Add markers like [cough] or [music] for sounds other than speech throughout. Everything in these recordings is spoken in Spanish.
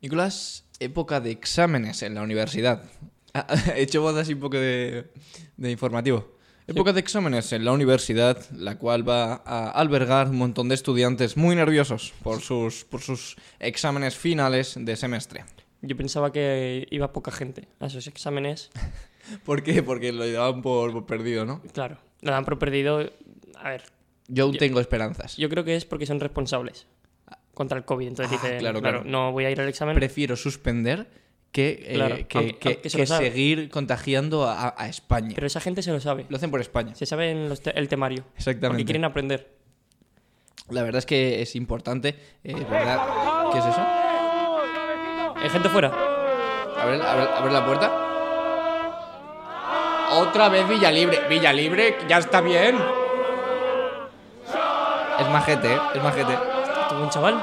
Nicolás, época de exámenes en la universidad. Ah, [laughs] He hecho voz así un poco de, de informativo. Época de exámenes en la universidad, la cual va a albergar un montón de estudiantes muy nerviosos por sus, por sus exámenes finales de semestre. Yo pensaba que iba poca gente a esos exámenes. ¿Por qué? Porque lo daban por, por perdido, ¿no? Claro, la dan por perdido. A ver, Yo aún tengo esperanzas. yo creo que es porque son responsables contra el COVID. Entonces Ah, dicen, claro, claro, claro. no voy a ir al examen. Prefiero suspender que, eh, Claro, que, aunque- que- aunque se que lo sabe. seguir contagiando a, a España. Pero esa gente se lo sabe. Lo hacen por España. Se sabe en los te- el temario. Porque Exactamente. quieren aprender. La verdad es que es importante, eh, es ¿verdad? ¿Qué es eso? Hay gente fuera. Abre, abre- abre la puerta. Otra vez Villalibre. Villalibre, ya está bien. Es majete, ¿eh? es majete. Tengo un chaval.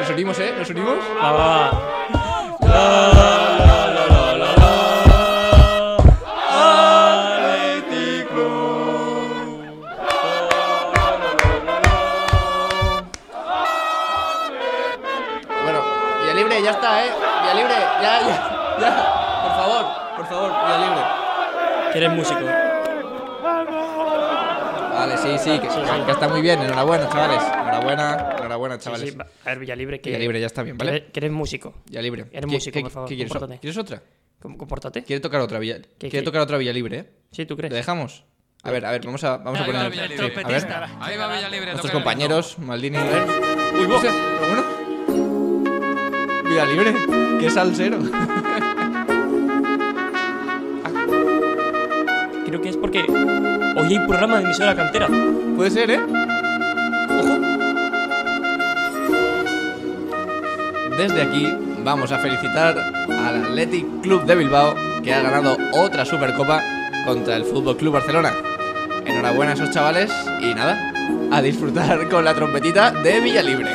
Nos unimos, ¿eh? Nos unimos. Va, va, va. Bueno, Villalibre, ya está, ¿eh? Villalibre, ya, ya, ya. Por favor, por favor, Villalibre. Que eres músico. Vale, sí, sí, que, Sí, sí. que está muy bien. Enhorabuena, chavales. Enhorabuena, enhorabuena, Sí, chavales. sí, va. A ver, Villalibre, que, Villalibre, ya está bien, que ¿vale? eres- que eres músico. Villalibre. Eres músico, por favor, ¿qué quieres? compórtate. ¿Quieres otra? Com- Compórtate. Quiere tocar otra Villa. Quiere qué? tocar otra Villa Libre, ¿eh? Sí, ¿tú crees? ¿Lo dejamos? A ver, a ver, vamos a, vamos a poner. Villalibre. Sí, a ver, Trompetista. Ahí va nuestros Villalibre. toca el ritmo. compañeros, Maldini. Uy, vos. Pero bueno. Villa Libre, qué salsero. Creo que es porque hoy hay programa de emisora cantera. Puede ser, ¿eh? Ojo. Desde aquí vamos a felicitar al Athletic Club de Bilbao que ha ganado otra Supercopa contra el Fútbol Club Barcelona. Enhorabuena a esos chavales y nada, a disfrutar con la trompetita de Villa Libre.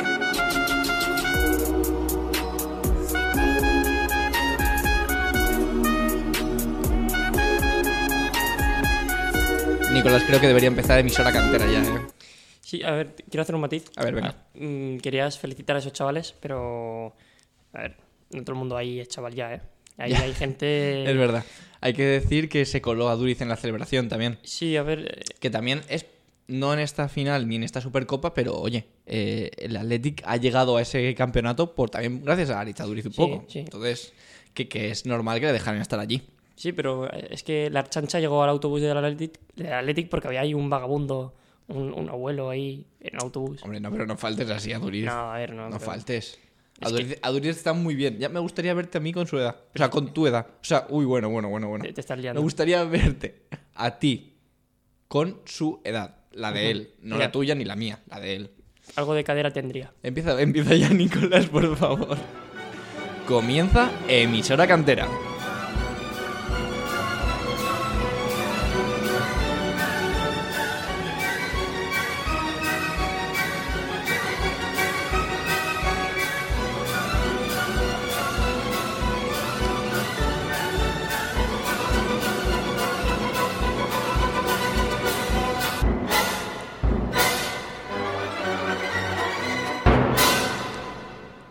Nicolás, creo que debería empezar emisora cantera ya, ¿eh? Sí, a ver, quiero hacer un matiz. A ver, venga. Mm, querías felicitar a esos chavales, pero. A ver, no todo el mundo ahí es chaval ya, ¿eh? Ahí Ya. [laughs] hay gente. Es verdad. Hay que decir que se coló a Duriz en la celebración también. Sí, a ver. eh, que también es no en esta final ni en esta Supercopa, pero oye, eh, el Athletic ha llegado a ese campeonato por también gracias a Aritz Duriz un Sí, poco. sí. Entonces, que, que es normal que le dejaran estar allí. Sí, pero eh, es que la chancha llegó al autobús del Athletic, del Athletic porque había ahí un vagabundo, un, un abuelo ahí en el autobús. Hombre, no, pero no faltes así a Duriz. No, No, a ver, no. pero- faltes. A Es Duriz, a Duriz está muy bien. Ya me gustaría verte a mí con su edad. O sea, con tu edad. O sea, uy, bueno, bueno, bueno, bueno. Te, te estás Me liando. gustaría verte a ti con su edad. La de él. No la Ya. tuya ni la mía. La de él. Algo de cadera tendría. Empieza, empieza ya, [laughs] Nicolás, por favor. Comienza emisora cantera.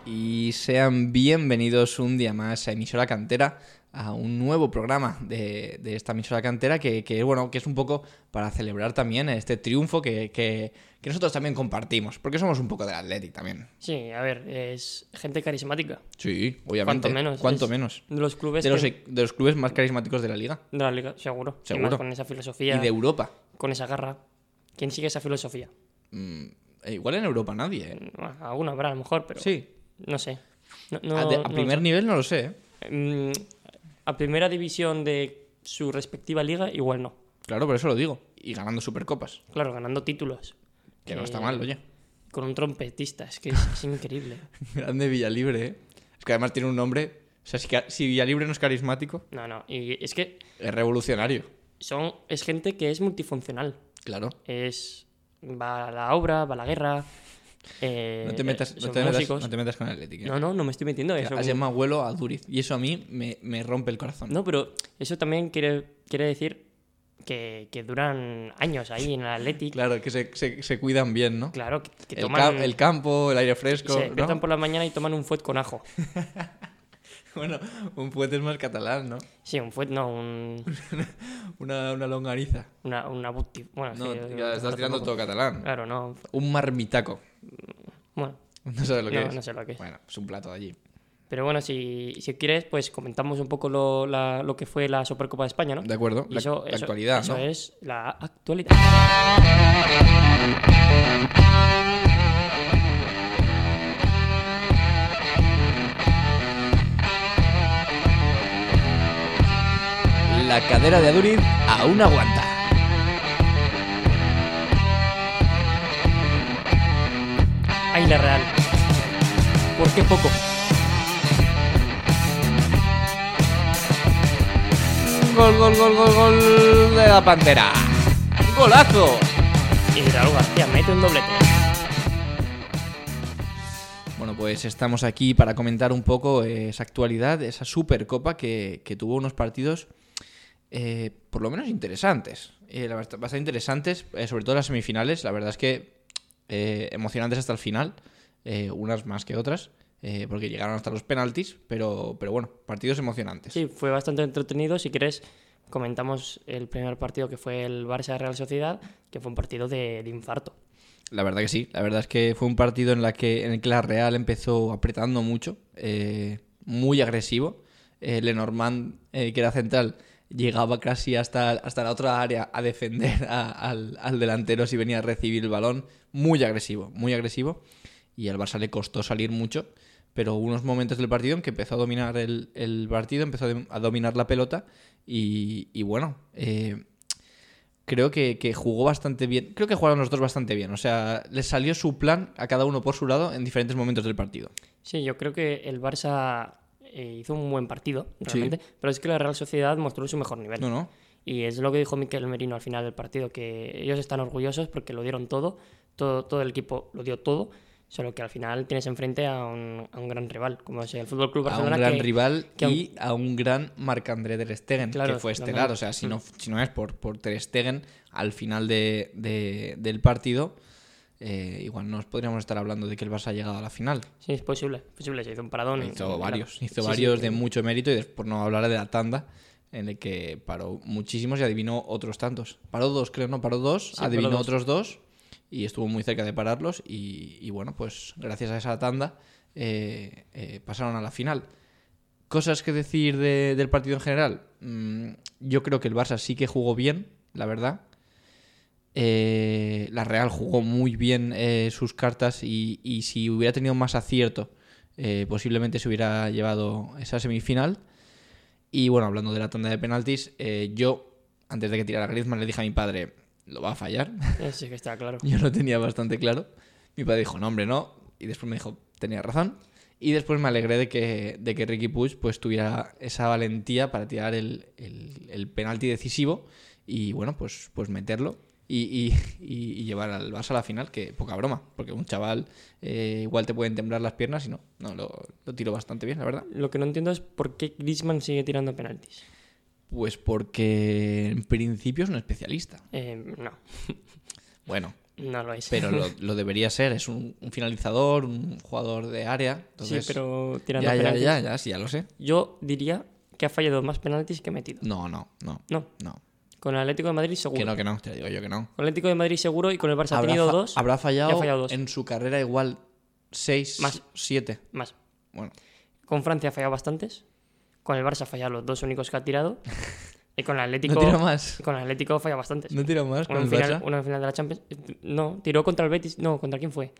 Y sean bienvenidos un día más a emisora cantera, a un nuevo programa de, de esta emisora cantera que, que, bueno, que es un poco para celebrar también este triunfo que, que- que nosotros también compartimos, porque somos un poco del Athletic también. Sí, a ver, es gente carismática. Sí, obviamente. Cuanto menos. Cuanto es menos. De los clubes. De los, que- e- de los clubes más carismáticos de la liga de la liga, seguro. Y más Seguro. con esa filosofía. y de Europa. con esa garra. ¿Quién sigue esa filosofía? Mm, eh, igual en Europa nadie, ¿eh? Bueno, alguno habrá a lo mejor, pero Sí. no sé. No- no- a, de- a no lo primer nivel no lo sé, ¿eh? sé. Mm, a primera división de su respectiva liga, igual no. Claro, por eso lo digo. Y ganando supercopas. Claro, ganando títulos. Que no Eh, está mal, oye. Con un trompetista, es que es, es increíble. [laughs] Grande Villalibre, ¿eh? Es que además tiene un nombre. O sea, si, ca- si Villalibre no es carismático, No, no, y es que es revolucionario. son, es gente que es multifuncional. Claro. Es. Va a la obra, va a la guerra. eh, No te metas, son no te metas, músicos. no te metas con el Athletic. ¿eh? No, no, no me estoy metiendo O sea, eso. Has llamado abuelo a Duriz. Y eso a mí me, me rompe el corazón. No, pero eso también quiere, quiere decir que, que duran años ahí en el Athletic. Claro, Claro, que se, se- se cuidan bien, ¿no? que, que El, toman... ca- el campo, el aire fresco. se ¿no? despiertan por la mañana y toman un fuet con ajo. [laughs] Bueno, un puente es más catalán, ¿no? Sí, un fuet, no, un, Una, una longaniza. una, una buti- Bueno, es No, que- ya estás tirando todo catalán. Claro, no. Un marmitaco. [laughs] Bueno, No sabes lo que no, es. no sé lo que es. Bueno, es un plato de allí. Pero bueno, si, si quieres, pues comentamos un poco lo, la- lo que fue la Supercopa de España, ¿no? De acuerdo. Y La, eso- la eso- actualidad, eso ¿no? es la actualidad. La cadera de Aduriz aún aguanta. Ay, la Real. ¿Por qué poco? Gol, gol, gol, gol, gol de la Pantera. ¡Golazo! Y Raúl García mete un doblete. Bueno, pues estamos aquí para comentar un poco eh, esa actualidad, esa supercopa que, que tuvo unos partidos eh, por lo menos interesantes. Eh, la bast- bastante interesantes, eh, sobre todo las semifinales. La verdad es que eh, emocionantes hasta el final, eh, unas más que otras, eh, porque llegaron hasta los penaltis, pero, pero bueno, partidos emocionantes. Sí, fue bastante entretenido. Si quieres, comentamos el primer partido que fue el Barça Real Sociedad, que fue un partido de, de infarto. La verdad que sí, la verdad es que fue un partido en, la que, en el que la Real empezó apretando mucho, eh, muy agresivo. Eh, Lenormand, eh, que era central, llegaba casi hasta, hasta la otra área a defender a- al, al delantero si venía a recibir el balón. Muy agresivo, muy agresivo. Y al Barça le costó salir mucho, pero hubo unos momentos del partido en que empezó a dominar el, el partido, empezó a dom- a dominar la pelota y, y bueno... eh, creo que, que jugó bastante bien. Creo que jugaron los dos bastante bien. O sea, les salió su plan a cada uno por su lado en diferentes momentos del partido. Sí, yo creo que el Barça eh, hizo un buen partido, Sí. realmente. Pero es que la Real Sociedad mostró su mejor nivel. No, no. Y es lo que dijo Miquel Merino al final del partido, que ellos están orgullosos porque lo dieron todo, todo, todo el equipo lo dio todo, solo que al final tienes enfrente a un, a un gran rival, como es el Fútbol A Club un Barcelona. gran que- rival que aun- y a un gran Marc-André Ter Stegen, Claro, Mm. que fue también. estelar. O sea, si no, si no es por, por Ter Stegen, al final de- de- del partido, eh, igual nos podríamos estar hablando de que el Barça ha llegado a la final. Sí, es posible, es posible, se hizo un paradón. Hizo Claro. varios, hizo Sí, sí, varios que- de mucho mérito y después no hablar de la tanda en el que paró muchísimos y adivinó otros tantos. Paró dos, creo, no, paró dos, paró adivinó dos. otros dos y estuvo muy cerca de pararlos y, y bueno, pues gracias a esa tanda eh, eh, pasaron a la final. Cosas que decir de- del partido en general. Mm, yo creo que el Barça sí que jugó bien, la verdad. Eh, la Real jugó muy bien eh, sus cartas y, y si hubiera tenido más acierto, eh, posiblemente se hubiera llevado esa semifinal. Y bueno, hablando de la tanda de penaltis, eh, yo, antes de que tirara Griezmann, le dije a mi padre, lo va a fallar. Eh, Sí, que está claro. yo lo tenía bastante claro. Mi padre dijo, no, hombre, no. Y después me dijo, tenía razón. Y después me alegré de que, de que Ricky Puig pues, tuviera esa valentía para tirar el, el- el penalti decisivo y, bueno, pues, pues meterlo y, y- y- y llevar al Barça a la final, que poca broma, porque un chaval eh, igual te pueden temblar las piernas y no, no, lo, lo tiro bastante bien, la verdad. Lo que no entiendo es por qué Griezmann sigue tirando penaltis. Pues porque en principio es un especialista. Eh, no, Bueno, no lo es. pero lo, lo debería ser, es un, un finalizador, un jugador de área. [laughs] sí, entonces- pero tirando Ya, ya, penaltis. ya, ya, sí, ya lo sé. Yo diría que ha fallado más penaltis que metido. No, no, no, No, no. con el Atlético de Madrid seguro. Que no, que no, te digo yo que no. Con el Atlético de Madrid seguro y con el Barça ha tenido fa- dos habrá fallado, y ha fallado dos. en su carrera igual 6, Más. 7. más. Bueno, Con Francia ha fallado bastantes. Con el Barça ha fallado los dos únicos que [laughs] ha tirado. Y con el Atlético. no tira más. Con el Atlético falla bastantes. No tira más con Uno en el final, Barça. uno en final de la Champions. No, tiró contra el Betis. No, ¿contra quién fue?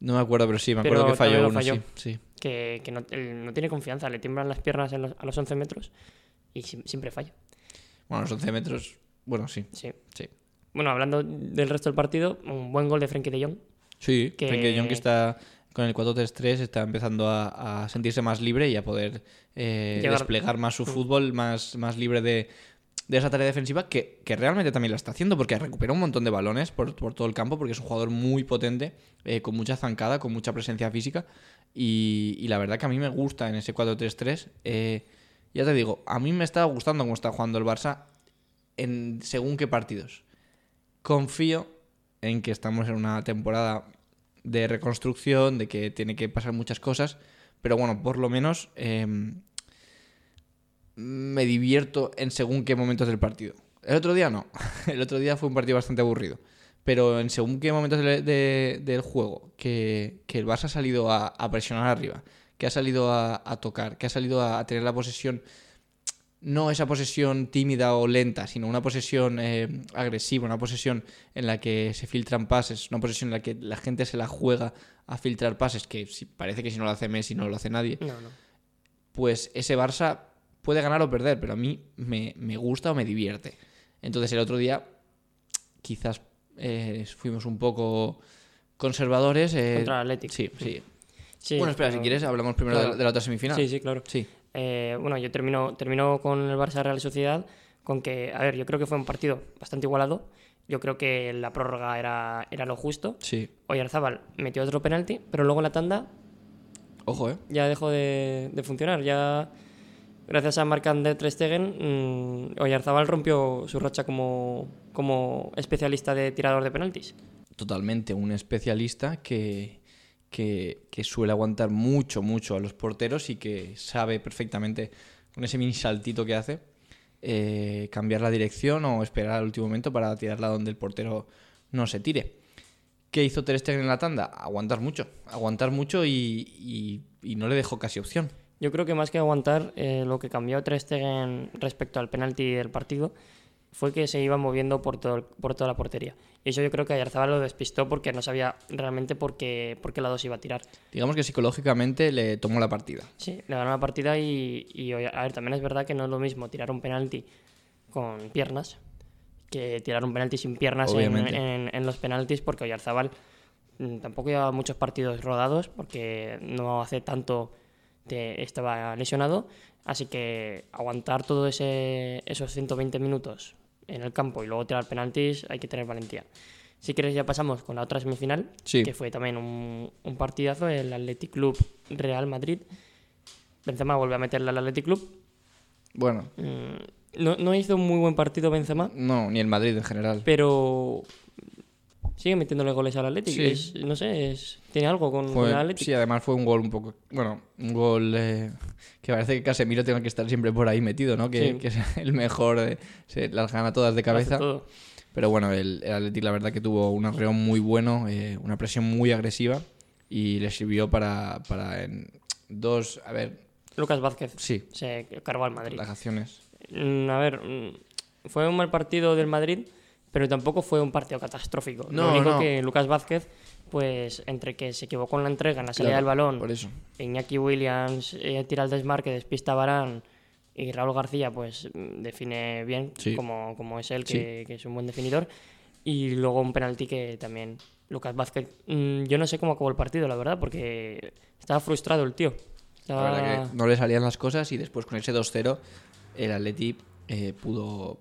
No me acuerdo, pero sí, me Pero acuerdo que también falló lo uno, falló. sí. sí. Que, que no, él no tiene confianza, le tiemblan las piernas en los- a los 11 metros y si- siempre falla. Bueno, los 11 metros, bueno, sí, Sí. sí. Bueno, hablando del resto del partido, un buen gol de Frenkie de Jong. Sí, Que- Frenkie de Jong que está con el 4-3-3 está empezando a, a sentirse más libre y a poder eh, Llegar- desplegar más su Mm. fútbol, más, más libre de, de esa tarea defensiva que, que realmente también la está haciendo porque recupera un montón de balones por, por todo el campo porque es un jugador muy potente, eh, con mucha zancada, con mucha presencia física y, y la verdad que a mí me gusta en ese 4-3-3. eh, ya te digo, a mí me está gustando cómo está jugando el Barça en según qué partidos. Confío en que estamos en una temporada de reconstrucción, de que tiene que pasar muchas cosas, pero bueno, por lo menos eh, me divierto en según qué momentos del partido. El otro día no, [laughs] el otro día fue un partido bastante aburrido, pero en según qué momentos de- de- del juego, que, que el Barça ha salido a, a presionar arriba, que ha salido a, a tocar, que ha salido a, a tener la posesión, no esa posesión tímida o lenta, sino una posesión eh, agresiva, una posesión en la que se filtran pases, una posesión en la que la gente se la juega a filtrar pases, que si- parece que si no lo hace Messi no lo hace nadie, No, no. pues ese Barça puede ganar o perder, pero a mí me, me gusta o me divierte. Entonces el otro día quizás eh, fuimos un poco conservadores. eh, Contra el Athletic. Sí, sí. Sí, bueno, espera, si pero- quieres hablamos primero Claro. de, la, de la otra semifinal. Sí, sí, claro. Sí. Eh, bueno, yo termino, termino con el Barça Real Sociedad con que, a ver, yo creo que fue un partido bastante igualado. Yo creo que la prórroga era, era lo justo. sí. Oyarzábal metió otro penalti, pero luego en la tanda Ojo, ¿eh? ya dejó de, de funcionar. Ya, gracias a Marc-André Ter Stegen, mm, Oyarzábal rompió su racha como, como especialista de tirador de penaltis. Totalmente un especialista que, que, que suele aguantar mucho, mucho a los porteros y que sabe perfectamente con ese mini saltito que hace eh, cambiar la dirección o esperar al último momento para tirarla donde el portero no se tire. ¿Qué hizo Ter Stegen en la tanda? Aguantar mucho, aguantar mucho y, y- y no le dejó casi opción. Yo creo que más que aguantar, eh, lo que cambió Ter Stegen respecto al penalti del partido fue que se iba moviendo por, todo, el- por toda la portería. Y eso yo creo que Ayarzabal lo despistó porque no sabía realmente por qué, por qué lado se iba a tirar. Digamos que psicológicamente le tomó la partida. Sí, le ganó la partida y, y, oye, a ver, también es verdad que no es lo mismo tirar un penalti con piernas que tirar un penalti sin piernas en, Obviamente. en- en los penaltis porque Oyarzabal mm, tampoco lleva muchos partidos rodados porque no hace tanto que estaba lesionado, así que aguantar todos esos 120 minutos en el campo y luego tirar penaltis hay que tener valentía. Si quieres ya pasamos con la otra semifinal, Sí. que fue también un, un partidazo, el Athletic Club Real Madrid. Benzema vuelve a meterla al Athletic Club. Bueno, Mm, No, no hizo un muy buen partido Benzema, no, ni el Madrid en general. pero sigue metiéndole goles al Athletic. Sí. Es- no sé, es- tiene algo con, Fue- con el Athletic. sí, además fue un gol un poco. Bueno, un gol eh, que parece que Casemiro tenga que estar siempre por ahí metido, ¿no? Que, Sí. que es el mejor, eh, se las gana todas de Lo hace cabeza. todo. Pero bueno, el, el Athletic la verdad que tuvo un arreón muy bueno, eh, una presión muy agresiva y le sirvió para, para en dos. A ver, Lucas Vázquez sí, se cargó al Madrid. las acciones. Mm, A ver, mm, fue un mal partido del Madrid, pero tampoco fue un partido catastrófico. No, Lo único no. que Lucas Vázquez, pues entre que se equivocó en la entrega, en la salida Claro, del balón, Por eso. Iñaki Williams eh, tira al desmarque, despista a Barán y Raúl García pues mm, define bien, Sí. como, como es él, que, que es un buen definidor. Y luego un penalti que también Lucas Vázquez. mm, yo no sé cómo acabó el partido, la verdad, porque estaba frustrado el tío. La Estaba- verdad que no le salían las cosas y después con ese 2-0 el Atleti eh, pudo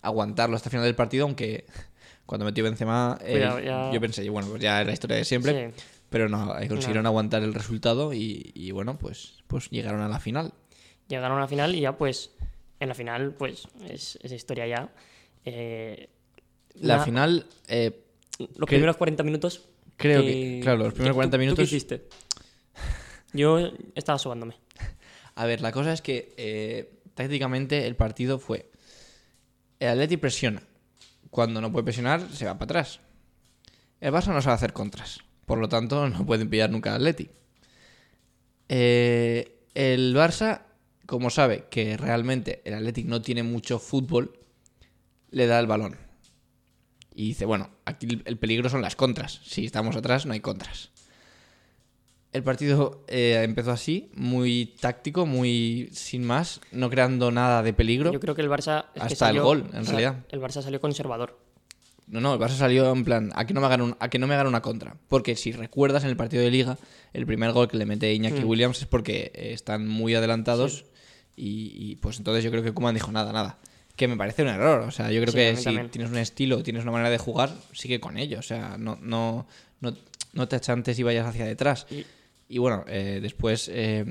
aguantarlo hasta el final del partido, aunque [laughs] cuando metió Benzema eh, Cuidado, ya- yo pensé, bueno, pues ya es la historia de siempre, Sí. pero no, eh, consiguieron aguantar el resultado y, y bueno, pues, pues llegaron a la final. llegaron a la final y ya pues en la final pues es, es historia ya. Eh, La na- final, eh, Los que- primeros 40 minutos. creo que, claro, los ¿tú- primeros 40 tú- tú qué minutos... hiciste? Yo estaba sobándome. A ver, la cosa es que eh, tácticamente el partido fue. El Atleti presiona. Cuando no puede presionar, se va para atrás. El Barça no sabe hacer contras. Por lo tanto, [laughs] no pueden pillar nunca al Atleti. Eh, el Barça, como sabe que realmente el Athletic no tiene mucho fútbol, le da el balón. Y dice, bueno, aquí el- el peligro son las contras. Si estamos atrás, no hay contras. El partido eh, empezó así, muy táctico, muy sin más, no creando nada de peligro. Yo creo que el Barça. es que Hasta el gol, en o sea, realidad. El Barça salió conservador. No, no, el Barça salió en plan, a que no me hagan, un- a que no me hagan una contra. Porque si recuerdas en el partido de Liga, el primer gol que le mete Iñaki Williams es porque eh, están muy adelantados. Y, y, pues entonces yo creo que Kuman dijo nada, nada. Que me parece un error. O sea, yo creo Sí, a que mí si también. tienes un estilo, tienes una manera de jugar, sigue con ello. O sea, no, no, no, no te achantes y vayas hacia detrás. Y- Y bueno, eh, después eh,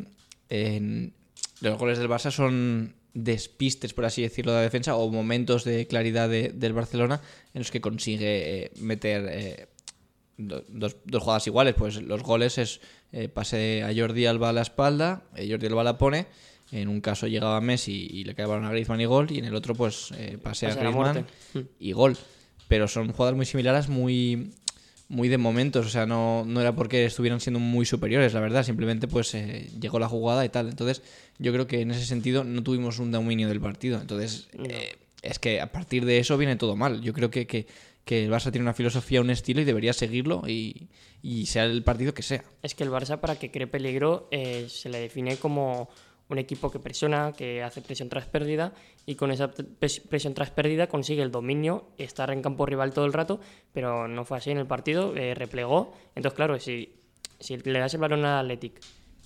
en- los goles del Barça son despistes, por así decirlo, de la defensa o momentos de claridad de- del Barcelona en los que consigue eh, meter eh, do- dos, dos jugadas iguales. Pues los goles es eh, pase a Jordi Alba a la espalda, eh, Jordi Alba la pone. En un caso llegaba Messi y le cae el balón a Griezmann y gol, y en el otro, pues eh, pase a Pase a la Griezmann muerte. y gol. Pero son jugadas muy similares, muy, muy de momentos. O sea, no, no era porque estuvieran siendo muy superiores, la verdad. Simplemente, pues eh, llegó la jugada y tal. Entonces, yo creo que en ese sentido no tuvimos un dominio del partido. Entonces, eh, es que a partir de eso viene todo mal. Yo creo que, que, que el Barça tiene una filosofía, un estilo y debería seguirlo y, y sea el partido que sea. Es que el Barça, para que cree peligro, eh, se le define como un equipo que presiona, que hace presión tras pérdida, y con esa pre- presión tras pérdida consigue el dominio, estar en campo rival todo el rato, pero no fue así en el partido, eh, replegó. Entonces, claro, si, si le das el balón al Athletic,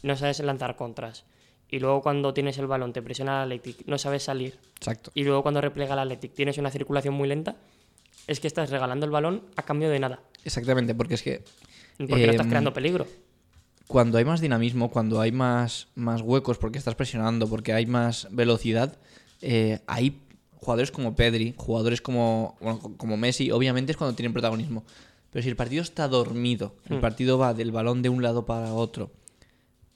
no sabes lanzar contras, y luego cuando tienes el balón te presiona el Athletic, no sabes salir, Exacto. y luego cuando replega el Athletic tienes una circulación muy lenta, es que estás regalando el balón a cambio de nada, Exactamente, porque es que porque no estás Em, creando peligro. cuando hay más dinamismo, cuando hay más, más huecos porque estás presionando, porque hay más velocidad, eh, hay jugadores como Pedri, jugadores como, bueno, co- como Messi, obviamente es cuando tienen protagonismo. Pero si el partido está dormido, el Mm. partido va del balón de un lado para otro,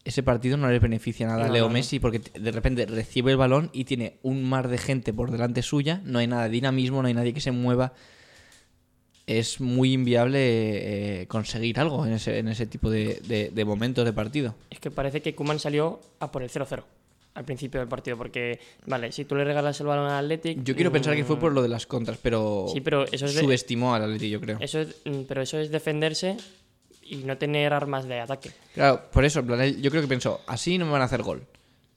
ese partido no les beneficia nada a No, Leo no, no. Messi porque t- de repente recibe el balón y tiene un mar de gente por delante suya, no hay nada de dinamismo, no hay nadie que se mueva. Es muy inviable eh, conseguir algo en ese, en ese tipo de, de- de momentos de partido. Es que parece que Kuman salió a por el 0-0 al principio del partido, porque, vale, si tú le regalas el balón al Athletic. Yo quiero pensar que fue mm, por lo de las contras, pero, Sí, pero eso es de- subestimó al Atleti, yo creo. Eso es- mm, pero eso es defenderse y no tener armas de ataque. Claro, por eso, en plan, él- yo creo que pensó, así no me van a hacer gol.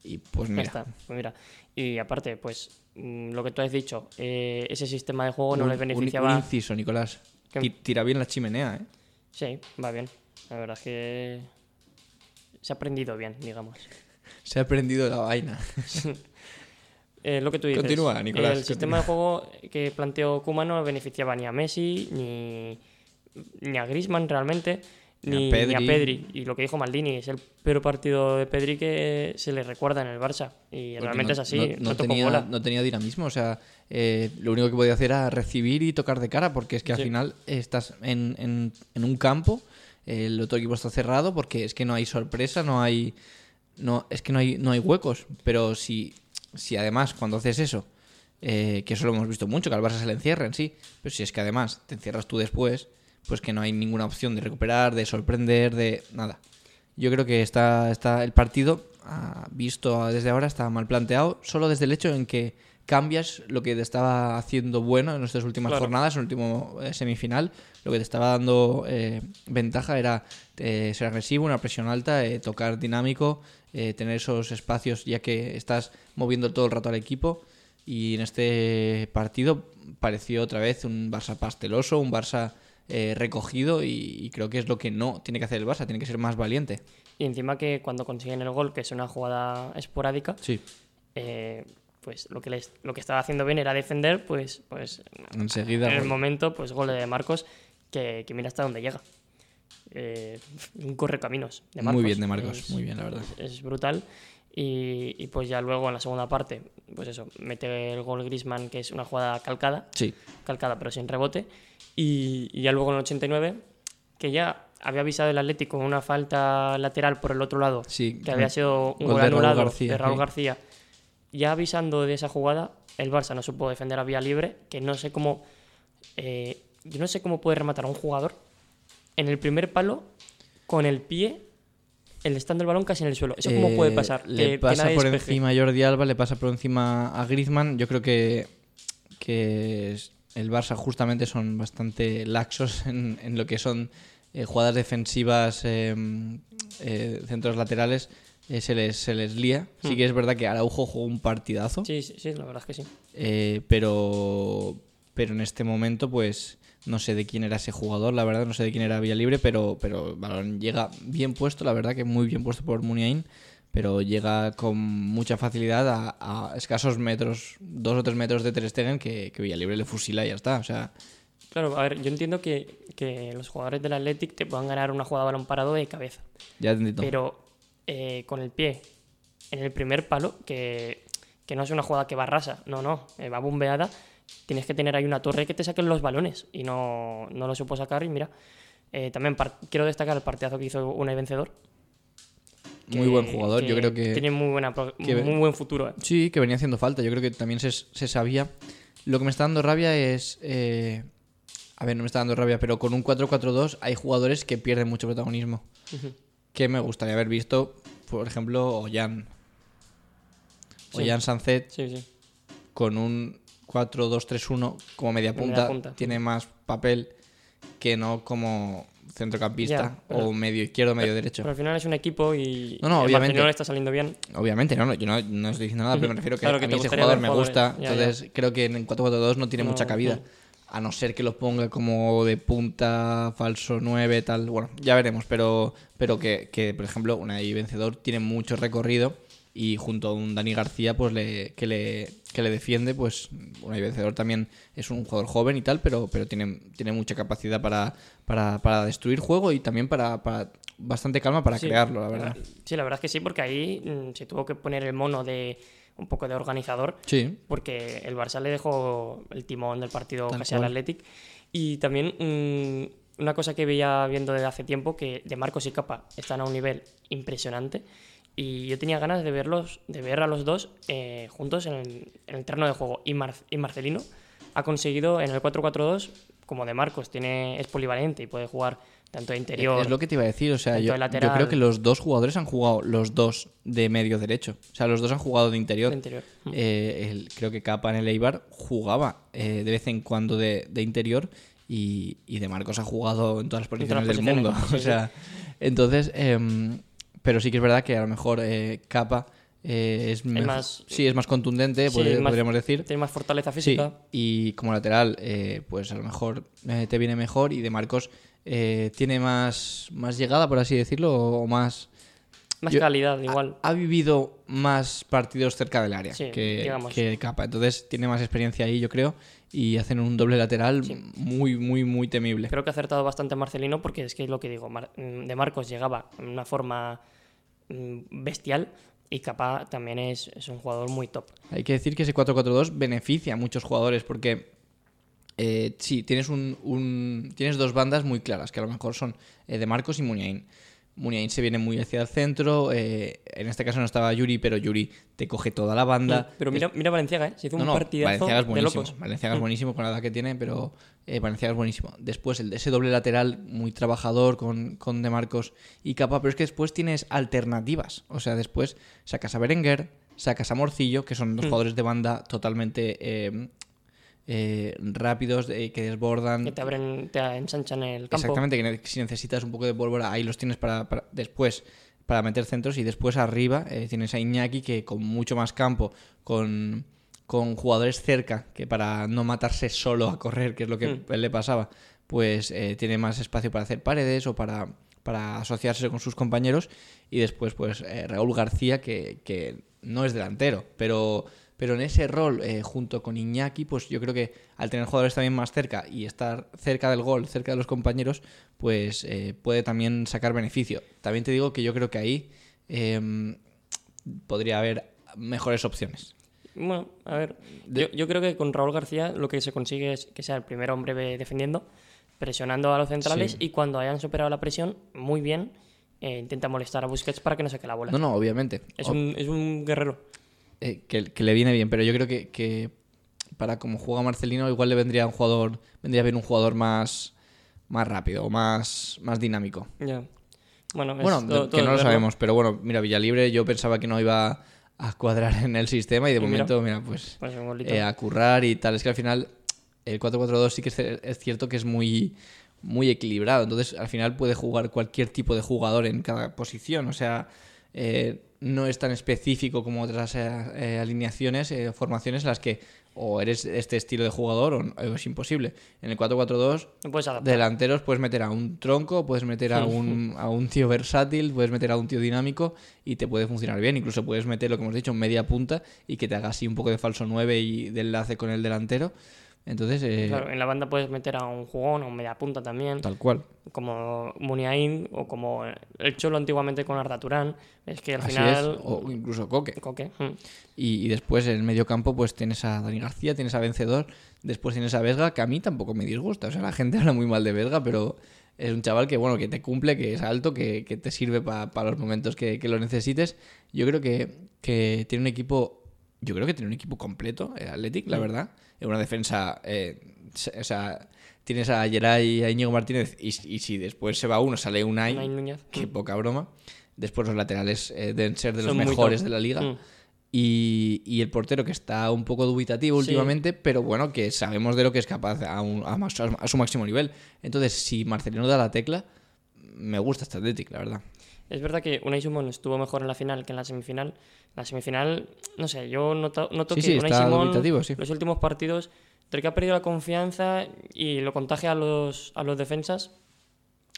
Y pues Ya mira, está, pues mira. Y aparte, pues mm, lo que tú has dicho, eh, ese sistema de juego no un- le un- beneficiaba. Un, inciso, Nicolás. ¿Qué? Ti- Tira bien la chimenea, ¿eh? Sí, va bien. La verdad es que se ha aprendido bien, digamos. Se ha prendido la vaina. Eh, lo que tú dices. Continúa, Nicolás, El continúa. sistema de juego que planteó Kuman no beneficiaba ni a Messi, ni, ni a Grisman realmente, Ni a ni, Pedri. ni a Pedri. Y lo que dijo Maldini es el peor partido de Pedri que se le recuerda en el Barça. Y Porque realmente es no- así, No, no, no tocó tenía, bola. no tenía dinamismo, o sea, eh, lo único que podía hacer era recibir y tocar de cara, porque es que al Sí. final estás en, en- en un campo, el otro equipo está cerrado, porque es que no hay sorpresa, no hay. No, es que no hay, no hay huecos. Pero si, si además cuando haces eso, eh, que eso lo hemos visto mucho, que al Barça se le encierra en sí, pero si es que además te encierras tú después, pues que no hay ninguna opción de recuperar, de sorprender, de nada. Yo creo que está, está el partido, ah, visto desde ahora, está mal planteado, solo desde el hecho en que cambias lo que te estaba haciendo bueno en estas últimas Claro. jornadas, en el último eh, semifinal, lo que te estaba dando eh, ventaja era eh, ser agresivo, una presión alta, eh, tocar dinámico, eh, tener esos espacios ya que estás moviendo todo el rato al equipo. Y en este partido pareció otra vez un Barça pasteloso, un Barça eh, recogido y, y creo que es lo que no tiene que hacer el Barça, tiene que ser más valiente. Y encima que cuando consiguen el gol, que es una jugada esporádica, Sí, eh, pues lo que, les, lo que estaba haciendo bien era defender, pues, pues enseguida. en el gol. momento, pues gol de Marcos, que, que mira hasta dónde llega. Eh, un correcaminos de Marcos. Muy bien de Marcos, Es- muy bien, la verdad. Es, es brutal. Y, y pues ya luego en la segunda parte, pues eso, mete el gol Grisman, que es una jugada calcada, Sí, calcada pero sin rebote. Y, y ya luego en el 89, que ya había avisado el Atlético una falta lateral por el otro lado, sí. mm, que había sido un Gol gol, de Raúl anulado García, de Raúl sí. García. Ya avisando de esa jugada, el Barça no supo defender a vía libre, que no sé cómo. eh, yo no sé cómo puede rematar a un jugador en el primer palo con el pie, el estando el balón casi en el suelo. ¿Eso cómo Eh, puede pasar? Le Que- que pasa nadie por despeje. encima a Jordi Alba, le pasa por encima a Griezmann. Yo creo que, que es- el Barça justamente son bastante laxos [laughs] en, en lo que son eh, jugadas defensivas, eh, eh, centros laterales. eh, se, les, se les lía. Sí Hmm. que es verdad que Araujo jugó un partidazo. Sí, sí, sí, la verdad es que sí. Eh, pero, pero en este momento, pues no sé de quién era ese jugador, la verdad, no sé de quién era Vía Libre, pero, pero el balón llega bien puesto, la verdad que muy bien puesto por Muniain, pero llega con mucha facilidad a, a escasos metros, dos o tres metros de Ter Stegen, que, que Vía Libre le fusila y ya está. O sea, Claro, a ver, yo entiendo que, que los jugadores del Athletic te puedan ganar una jugada a balón parado de cabeza. ya te entiendo. pero eh, con el pie en el primer palo, que, que no es una jugada que va rasa, no, no, eh, va bombeada. Tienes que tener ahí una torre que te saquen los balones y no, no lo supo sacar. Y mira, eh, también par- quiero destacar el partidazo que hizo Unai Vencedor. Muy buen jugador, yo creo que- Tiene muy, buena pro- que- muy buen futuro. eh. Sí, que venía haciendo falta. Yo creo que también se, se sabía. Lo que me está dando rabia es. eh, a ver, no me está dando rabia, pero con un 4-4-2 hay jugadores que pierden mucho protagonismo. Que me gustaría haber visto, por ejemplo, Ollán. Sí. Ollán Sancet Sí, sí. con un 4-2-3-1 como media Como punta, media punta. tiene más papel que no como centrocampista Ya, pero- eh, o medio izquierdo, medio derecho. Pero al final es un equipo y No, no, el obviamente. Marcelino le está saliendo bien. Obviamente, no, no, yo no, no estoy diciendo nada, pero me refiero que, Claro que a te mí ese gustaría jugador ver me gusta, jugadores, ya, ya. entonces creo que en el 4-4-2 no tiene No, mucha cabida. no. A no ser que lo ponga como de punta, falso 9, tal. Bueno, ya veremos, pero, pero que, que, por ejemplo, Unai Vencedor tiene mucho recorrido y junto a un Dani García pues le, que, le, que le defiende, pues Unai Vencedor también es un jugador joven y tal, pero, pero tiene, tiene mucha capacidad para, para, para destruir juego y también para, para bastante calma para Sí. Ah, crearlo, la verdad. Sí, la verdad es que sí, porque ahí mm, se tuvo que poner el mono de un poco de organizador. Sí. porque el Barça le dejó el timón del partido Tal casi al cual. Athletic. Y también mm, una cosa que veía viendo desde hace tiempo, que de Marcos y Capa están a un nivel impresionante. Y yo tenía ganas de verlos, de ver a los dos eh, juntos en el, en el terreno de juego. Y, Mar- y Marcelino ha conseguido en el 4-4-2, como de Marcos, tiene, es polivalente y puede jugar tanto de interior. Es lo que te iba a decir, o sea, tanto yo, de yo lateral. creo que los dos jugadores han jugado los dos de medio derecho. O sea, los dos han jugado de interior. de interior. Mm. Eh, el- creo que Capa en el Eibar jugaba eh, de vez en cuando de, de interior y, y de Marcos ha jugado en todas las En posiciones todas las del posiciones, mundo. sí, [laughs] o sea, entonces, em, pero sí que es verdad que a lo mejor eh, Capa eh, es, mejor- más- sí, es más contundente, Sí, podría- más- podríamos decir. Tiene más fortaleza Sí, física. y como lateral, eh, pues a lo mejor eh, te viene mejor y de Marcos eh, tiene más, más llegada, por así decirlo, o más... Más Yo- Eh. calidad, igual. Ha vivido más partidos cerca del área Sí, que, digamos. que Capa, entonces tiene más experiencia ahí, yo creo, y hacen un doble lateral muy, muy, muy temible. Creo que ha acertado bastante Marcelino porque es que es lo que digo, Mar- mm, de Marcos llegaba en una forma mm, bestial y Capa también es, es un jugador muy top. Hay que decir que ese 4-4-2 beneficia a muchos jugadores porque eh, sí, tienes, un, un- tienes dos bandas muy claras, que a lo mejor son eh, de Marcos y Muniain. Muniain se viene muy hacia el centro, eh, en este caso no estaba Yuri, pero Yuri te coge toda la banda. Pero mira, mira Valenciaga, ¿eh? se hizo No, un no, partidazo Valenciaga es de buenísimo. locos. Mm. Valenciaga es buenísimo con la edad que tiene, pero eh, Valenciaga es buenísimo. Después, el, ese doble lateral muy trabajador con, con De Marcos y Capa, pero es que después tienes alternativas. O sea, después sacas a Berenguer, sacas a Morcillo, que son dos Mm. jugadores de banda totalmente eh, eh, rápidos, eh, que desbordan. Que te abren, te ensanchan el campo. Exactamente, que ne- si necesitas un poco de pólvora, ahí los tienes para, para- después para meter centros y después arriba eh, tienes a Iñaki que con mucho más campo, con, con jugadores cerca, que para no matarse solo a correr, que es lo que Mm. le pasaba, pues eh, tiene más espacio para hacer paredes o para, para asociarse con sus compañeros y después pues eh, Raúl García que, que no es delantero, pero... Pero en ese rol, eh, junto con Iñaki, pues yo creo que al tener jugadores también más cerca y estar cerca del gol, cerca de los compañeros, pues eh, puede también sacar beneficio. También te digo que yo creo que ahí em, podría haber mejores opciones. Bueno, a ver, De- yo, yo creo que con Raúl García lo que se consigue es que sea el primer hombre be- defendiendo, presionando a los centrales Sí. y cuando hayan superado la presión, muy bien, eh, intenta molestar a Busquets para que no saque la bola. No, no, obviamente. Es, O- un, es un guerrero. eh, que, que le viene bien, pero yo creo que, que para como juega Marcelino, igual le vendría un jugador, vendría bien un jugador más, más rápido, o más, más dinámico. Ya. Bueno, es Bueno, todo- de- todo que no lo verlo. sabemos, pero bueno, mira, Villalibre yo pensaba que no iba a cuadrar en el sistema y de Y mira. momento, mira, pues Pues un golito. eh, a currar y tal. Es que al final el 4-4-2 sí que es, ce- es cierto que es muy, muy equilibrado, entonces al final puede jugar cualquier tipo de jugador en cada posición, o sea, eh, no es tan específico como otras eh, eh, alineaciones, eh, formaciones en las que o eres este estilo de jugador o, no- o es imposible. En el 4-4-2 No puedes adaptar. delanteros puedes meter a un tronco, puedes meter a un, a un tío versátil, puedes meter a un tío dinámico y te puede funcionar bien. Incluso puedes meter lo que hemos dicho, media punta y que te haga así un poco de falso 9 y de enlace con el delantero. Entonces, eh, Claro, en la banda puedes meter a un jugón, a un mediapunta también, tal cual. como Muniain o como el Cholo antiguamente con Arda Turán. Es que al Así final. es, o incluso Coque. Coque, mm. Y, y después en el medio campo, pues tienes a Dani García, tienes a Vencedor, después tienes a Vesga, que a mí tampoco me disgusta. O sea, la gente [laughs] habla muy mal de Vesga, pero es un chaval que, bueno, que te cumple, que es alto, que, que te sirve para los momentos que, que lo necesites. Yo creo que, que tiene un equipo, yo creo que tiene un equipo completo, el Athletic, la verdad. Es una defensa, eh, se- o sea, tienes a Geray y a Íñigo Martínez, y, y si después se va uno, sale un Unai Núñez. Qué Mm. poca broma. Después los laterales eh, deben ser de los Son muy mejores top. de la liga. Mm. Y, y el portero que está un poco dubitativo Sí. últimamente, pero bueno, que sabemos de lo que es capaz a, un- a más- a su máximo nivel. Entonces, si Marcelino da la tecla, me gusta este Athletic, la verdad. Es verdad que Unai Simón estuvo mejor en la final que en la semifinal. La semifinal, no sé, yo noto, noto Sí, que sí, Unai está Simón, dubitativo, sí. los últimos partidos, entre que ha perdido la confianza y lo contagia a los, a los defensas,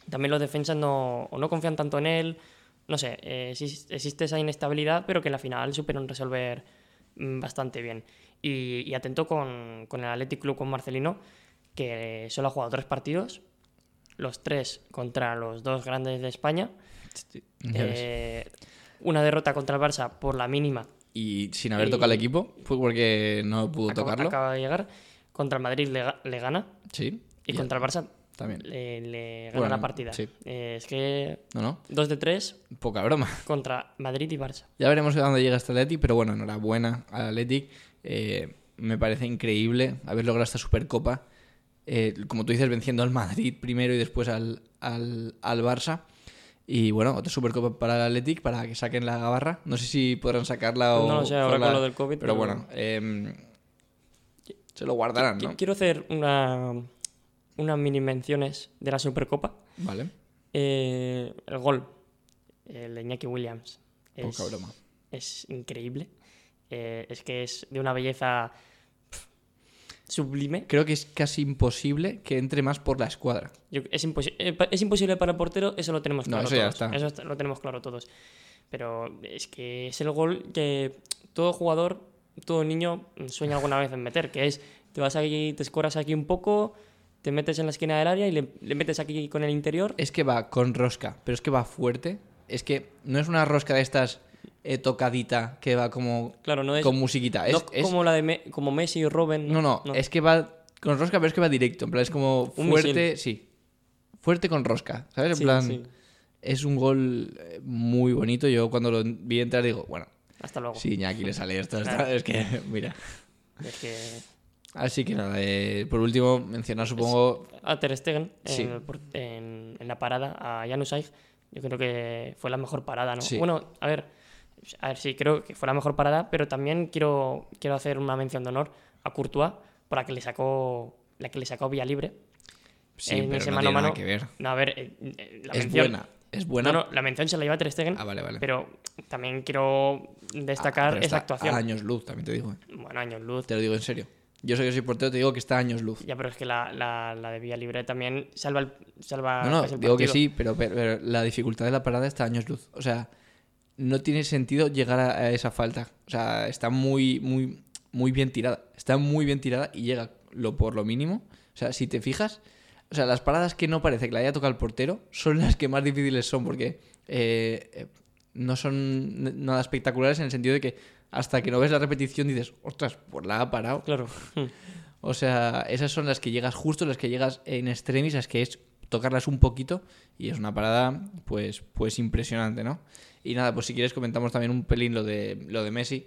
también los defensas no, o no confían tanto en él. No sé, eh, exis- existe esa inestabilidad, pero que en la final supieron resolver mm, bastante bien. Y, y atento con, con el Athletic Club, con Marcelino, que solo ha jugado tres partidos, los tres contra los dos grandes de España. Ya ves. Eh, una derrota contra el Barça por la mínima. y sin haber y- tocado el equipo, fue porque no pudo acaba, tocarlo. acaba de llegar. Contra el Madrid le, ga- le gana. Sí. Y y- contra el Barça También. le, le gana Bueno, la partida. sí. Eh, es que No, no. 2 de 3 Poca broma. contra Madrid y Barça. Ya veremos a dónde llega este Athletic, pero bueno, enhorabuena al Athletic. Eh, me parece increíble haber logrado esta Supercopa. Eh, como tú dices, venciendo al Madrid primero y después al, al, al Barça. Y bueno, otra Supercopa para el Athletic para que saquen la barra. No sé si podrán sacarla o. Pues No lo sé, ahora por con lo del COVID, Pero pero- bueno, eh, se lo guardarán, Qui- Ah, ¿no? Quiero hacer una, unas mini menciones de la Supercopa. Vale, Eh, el gol, el de Iñaki Williams. Es- poca broma. es increíble. Eh, es que es de una belleza pf, sublime. Creo que es casi imposible que entre más por la escuadra. Yo- es, imposi- eh, pa- es imposible para el portero, eso lo tenemos No, claro eso ya todos. está. Eso está- lo tenemos claro todos. Pero es que es el gol que todo jugador, todo niño sueña alguna vez en meter, que es te vas aquí, te escoras aquí un poco, te metes en la esquina del área y le, le metes aquí con el interior. Es que va con rosca, pero es que va fuerte. Es que no es una rosca de estas eh, tocadita que va como Claro, no es, con musiquita. Es, no es- como la de Me- como Messi y Robin. no, no, es que va con rosca, pero es que va directo. En plan, es como Un fuerte, sí. Fuerte con rosca, ¿sabes? En Sí, plan, sí. es un gol eh, muy bonito. Yo cuando lo vi entrar digo, bueno, Hasta luego. si Iñaki le sale esto, esto- Claro. es que, [laughs] mira. Es que Así que nada, eh, por último, mencionar supongo a Ter Stegen en, Sí. el por- en- en la parada a Janus Aig, yo creo que fue la mejor parada, ¿no? Sí. Bueno, a ver, a ver, sí, creo que fue la mejor parada, pero también quiero, quiero hacer una mención de honor a Courtois por la que le sacó la que le sacó vía libre. sí, en pero ese no mano a tiene nada mano. que ver. No, a ver, eh, eh, la es mención, buena, es buena. No, no, la mención se la lleva Ter Stegen, Ah, vale, vale. pero también quiero destacar Ah, pero está esa actuación. A años luz, también te digo. eh. Bueno, años luz. Te lo digo en serio. Yo sé que soy portero, te digo que está a años luz. Ya, pero es que la, la- la de vía libre también salva el, salva No, no, casi Ah, el digo que partido. sí, pero, pero- pero la dificultad de la parada está a años luz. O sea, no tiene sentido llegar a, a esa falta. O sea, está muy, muy, muy bien tirada. Está muy bien tirada y llega lo por lo mínimo. O sea, si te fijas, o sea, las paradas que no parece que la haya tocado el portero son las que más difíciles son porque eh, eh, no son n- nada espectaculares en el sentido de que hasta que no ves la repetición dices, ostras, pues la ha parado. Claro. O sea, esas son las que llegas justo, las que llegas en extremis, las que es tocarlas un poquito y es una parada pues, pues impresionante, ¿no? Y nada, pues si quieres comentamos también un pelín lo de, lo de Messi.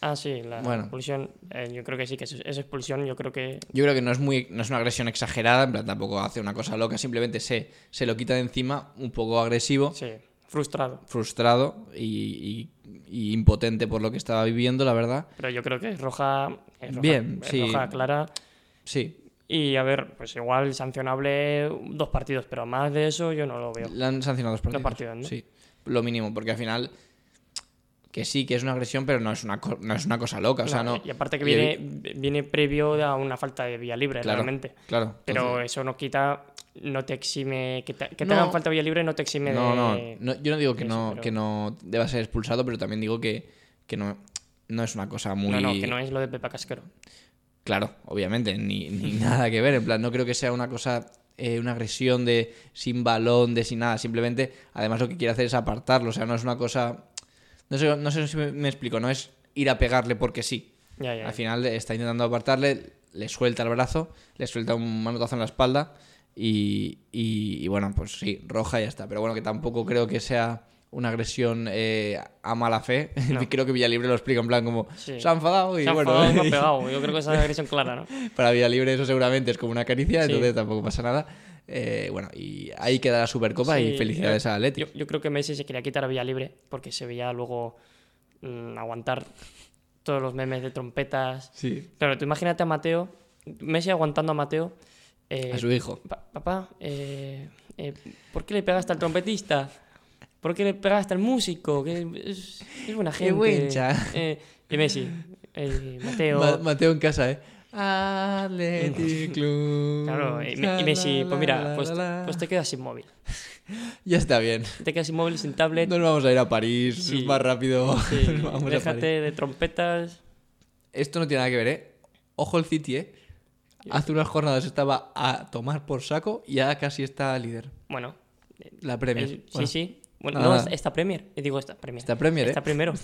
Ah, sí, la Bueno. expulsión. eh, yo creo que sí, que es, es expulsión. Yo creo que. Yo creo que no es, muy, no es una agresión exagerada, en plan tampoco hace una cosa loca, simplemente se, se lo quita de encima, un poco agresivo, Sí, frustrado. frustrado y, y- y impotente por lo que estaba viviendo, la verdad. Pero yo creo que es roja. es roja- Bien, es sí. roja clara. Sí, Y a ver, pues igual sancionable dos partidos, pero más de eso yo no lo veo. La han sancionado dos partidos. partidos, ¿no? Sí, lo mínimo, porque al final que sí, que es una agresión, pero no es una, co- no es una cosa loca, o sea, No, no. Y aparte que Y viene, viene previo a una falta de vía libre, Claro, realmente. claro. Pero entonces- eso no quita, no te exime. Que te, que te No. hagan falta vía libre no te exime no, no, de. no, yo no digo que eso, no, pero- que no deba ser expulsado, pero también digo que, que no, no es una cosa muy... No, no, que no es lo de Pepa Casquero. Claro, obviamente, ni, [laughs] ni nada que ver. En plan, no creo que sea una cosa, eh, una agresión de sin balón, de sin nada. Simplemente, además lo que quiere hacer es apartarlo. O sea, no es una cosa... No sé, no sé si me, me explico, no es ir a pegarle porque sí. Ya, ya, Al ya. final está intentando apartarle, le suelta el brazo, le suelta un manotazo en la espalda y, y- y bueno, pues sí, roja y ya está. Pero bueno, que tampoco creo que sea una agresión eh, a mala fe. [laughs] No. creo que Villalibre lo explica en plan como Sí. se ha enfadado [laughs] y Se ha bueno, eh. enfadado, me ha pegado. Yo creo que esa es agresión clara, ¿no? para Villalibre eso seguramente es como una caricia, Sí. entonces tampoco pasa nada. Eh, bueno, y ahí queda la Supercopa Sí, y felicidades yo- a Atleti. Yo, yo creo que Messi se quería quitar a Villa Libre porque se veía luego mm, aguantar todos los memes de trompetas. Sí. Claro, tú imagínate a Mateo, Messi aguantando a Mateo. eh, A su hijo. "Pa- papá, eh, eh, ¿por qué le pegaste al trompetista? ¿Por qué le pegaste al músico? Que es, es buena Qué gente. buen cha- Eh, y Messi, eh, Mateo. Ma- Mateo en casa, ¿eh? Atleti Club. Claro, y, me- y Messi, pues mira, pues, pues te quedas sin móvil. Ya está bien. Te quedas sin móvil, sin tablet. Nos vamos a ir a París Sí. más rápido. Sí, [laughs] Nos vamos a París. déjate de trompetas. Esto no tiene nada que ver, ¿eh? Ojo el City, ¿eh? Hace unas jornadas estaba a tomar por saco y ya casi está líder. Bueno, La Premier. el- Bueno, sí, sí. Bueno, nada. no, es- esta Premier. Eh, Digo esta Premier. Está Premier, ¿eh? Está primero.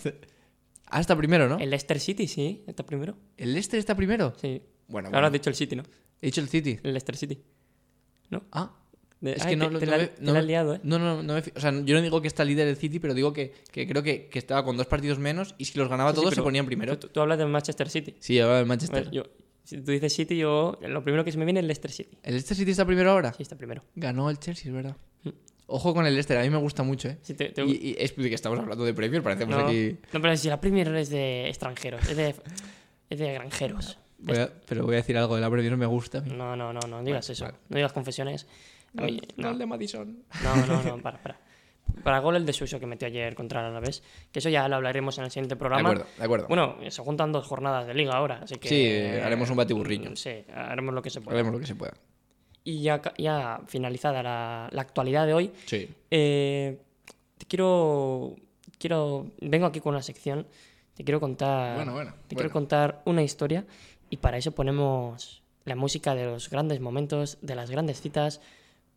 Ah, está primero, [laughs] ¿no? El El, Leicester City, sí. Está primero. Leicester está primero. Sí. Bueno, Ahora bueno. has dicho el City, ¿no? He dicho el City. El Leicester City. Ah, De- es ay, que no te- lo te no la, me- te no la me- has liado, ¿eh? No, no, no me fi- O sea, yo no digo que está líder el City, pero digo que, que creo que, que estaba con dos partidos menos y si los ganaba Sí, sí, todos se pero ponían primero. Tú, tú hablas del Manchester City. Sí, ahora el A ver, Manchester. yo- si tú dices City, yo. Lo primero que se me viene es el Leicester City. ¿El Leicester City está primero ahora? Sí, está primero. Ganó el Chelsea, es verdad. Ojo con el Leicester, a mí me gusta mucho, ¿eh? Sí, te- te- Y, y es que estamos hablando de Premier, parecemos no, aquí... no, pero si la Premier es de extranjeros, es de, es de granjeros. Voy a- pero voy a decir algo de la Premier, no me gusta. a mí. No, no, no, no digas eso. vale. No digas confesiones. Mm, A mí- Gol- gol de Madison. No, no, no, para, para. Para gol el de Suso que metió ayer contra el Alavés, que eso ya lo hablaremos en el siguiente De programa. acuerdo, de acuerdo. Bueno, se juntan dos jornadas de liga ahora, así que... Sí, eh, haremos un batiburrillo. Sí, haremos lo que se pueda. Haremos lo que se pueda. Y ya, ca- ya finalizada la, la actualidad de hoy, Sí. eh, te quiero... quiero Vengo aquí con una sección, te quiero contar... Bueno, bueno, Te bueno. quiero contar una historia y para eso ponemos la música de los grandes momentos, de las grandes citas,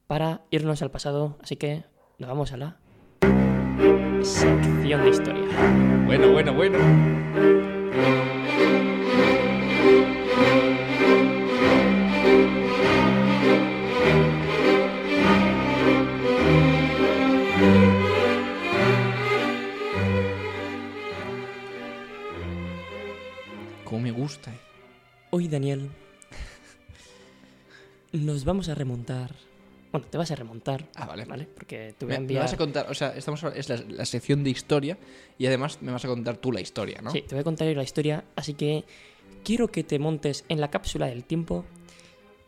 para irnos al pasado. Así que nos vamos a la sección de historia. Bueno, bueno, bueno. Cómo me gusta, eh. Hoy, Daniel, [laughs] nos vamos a remontar. Bueno, te vas a remontar, Ah, vale. ¿vale? Porque te voy Me, a me enviar. vas a contar, o sea, estamos ahora- es la, la sección de historia y además me vas a contar tú la historia, ¿no? Sí, te voy a contar yo la historia, así que quiero que te montes en la cápsula del tiempo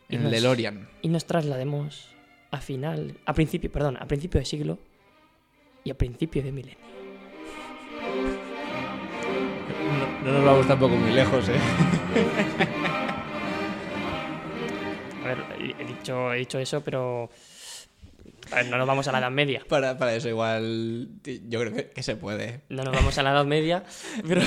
y En el nos- DeLorean. y nos traslademos a final, a principio, perdón, a principio de siglo y a principio de milenio. No, no nos vamos tampoco muy lejos, ¿eh? A ver, he- he dicho, he dicho eso, pero a ver, no nos vamos a la Edad Media. Para, para eso igual yo creo que, que se puede. No nos vamos a la Edad Media, [laughs] pero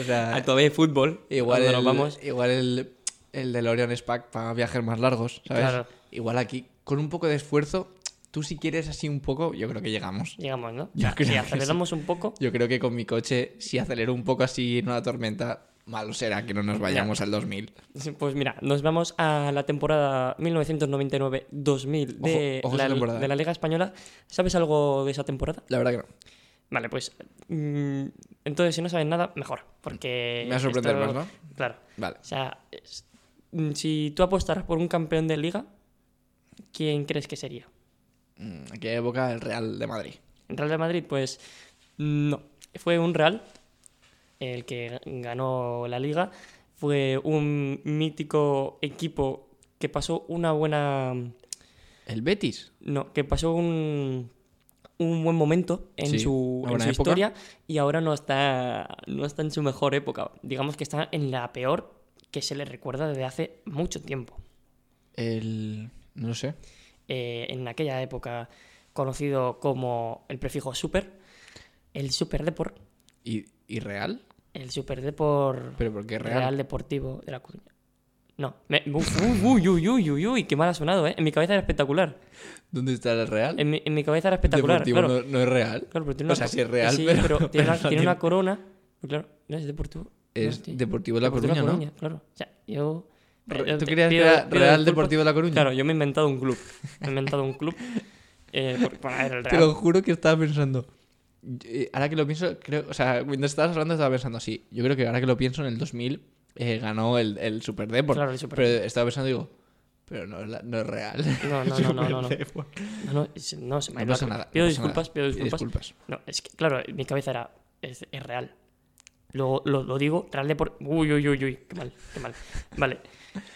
O sea, a Ah, todavía hay fútbol. igual cuando el, nos vamos. igual el, el DeLorean es pack para viajes más largos, ¿sabes? Claro. Igual aquí, con un poco de esfuerzo, tú si quieres así un poco, yo creo que llegamos. Llegamos, ¿no? Ah, Yo creo si que aceleramos un poco, Yo creo que con mi coche, si acelero un poco así en una tormenta, malo será que no nos vayamos al 2000. pues mira, nos vamos a la temporada 1999-2000 de, Ojo, ojo esa la- temporada. de la Liga Española. ¿Sabes algo de esa temporada? La verdad que no. Vale, pues. mm, entonces, si no sabes nada, mejor. Porque. Me va a sorprender más, Claro. Vale. O sea, es- mm, si tú apostaras por un campeón de liga, ¿quién crees que sería? Mm, ¿A qué época el Real de Madrid? ¿El Real de Madrid? Pues. No. Fue un Real el que ganó la liga. Fue un mítico equipo que pasó una buena. ¿El Betis? No, que pasó un, un buen momento en Sí, su, una en buena su época. historia y ahora no está, no está en su mejor época. Digamos que está en la peor que se le recuerda desde hace mucho tiempo. El... no lo sé. Eh, en aquella época conocido como el prefijo super, el super deport, ¿Y, y Real? El Superdepor Pero porque es Real. real. Deportivo de la Coruña. No. me- uf, uy, uy, uy, uy, uy, qué mal ha sonado, ¿eh? En mi cabeza era espectacular. ¿Dónde está el real? En mi, en mi cabeza era espectacular. Deportivo claro. no, no es real. Claro, pero tiene O una sea, co- sí es real, sí, pero- pero, tiene, una, pero no tiene una tiene- corona. Pero claro, no es deportivo. Es No, tío. Deportivo La Deportivo Coruña, ¿no? Claro. O sea, yo. Re- yo ¿Tú te- querías pido- Real, Real pido disculpas. Deportivo La Coruña? Claro, yo me he inventado un club. Me he inventado un club. [laughs] eh, por- para ver el Te Real. lo juro que estaba pensando. eh, Ahora que lo pienso, creo. O sea, mientras estabas hablando, estaba pensando así. Yo creo que ahora que lo pienso, en el 2000 eh, ganó el, el Super Deport. Claro, el Super pero estaba pensando, digo, pero no, es la- no es real. [laughs] No, no, El no, no, no, no. Superdeport. No, no, es- no, se me No ha ido la pasa cor- nada. Pido no pasa disculpas, nada. pido disculpas. No, es que, claro, en mi cabeza era. Es, es real. Luego lo, lo digo, Real Deportivo. Uy, uy, uy, uy, qué mal, qué mal. Vale.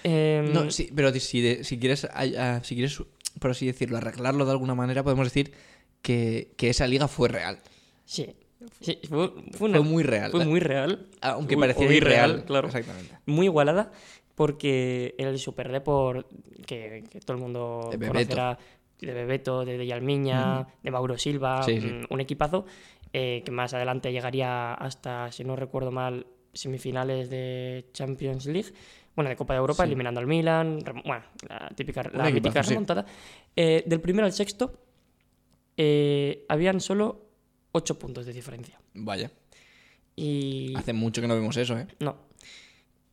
Em, No, sí, pero si, de- si quieres, ay- ah, si quieres, por así decirlo, arreglarlo de alguna manera, podemos decir que, que esa liga fue real. Sí. Sí, fue, fue una- Fue muy real. fue muy real. Aunque o- parecía o irreal, irreal. claro. Exactamente. muy igualada porque en el Super Deport que, que todo el mundo De Bebeto. conocerá de Bebeto, de Yalmiña, de Mauro Silva, Sí, sí. mm, un equipazo eh, que más adelante llegaría hasta, si no recuerdo mal, semifinales de Champions League, bueno, de Copa de Europa, Sí. eliminando al Milan, rem- bueno, la típica, la equipazo, mítica sí. remontada. Eh, del primero al sexto eh, habían solo 8 puntos de diferencia. Vaya. Y Hace mucho que no vemos eso, ¿eh? no.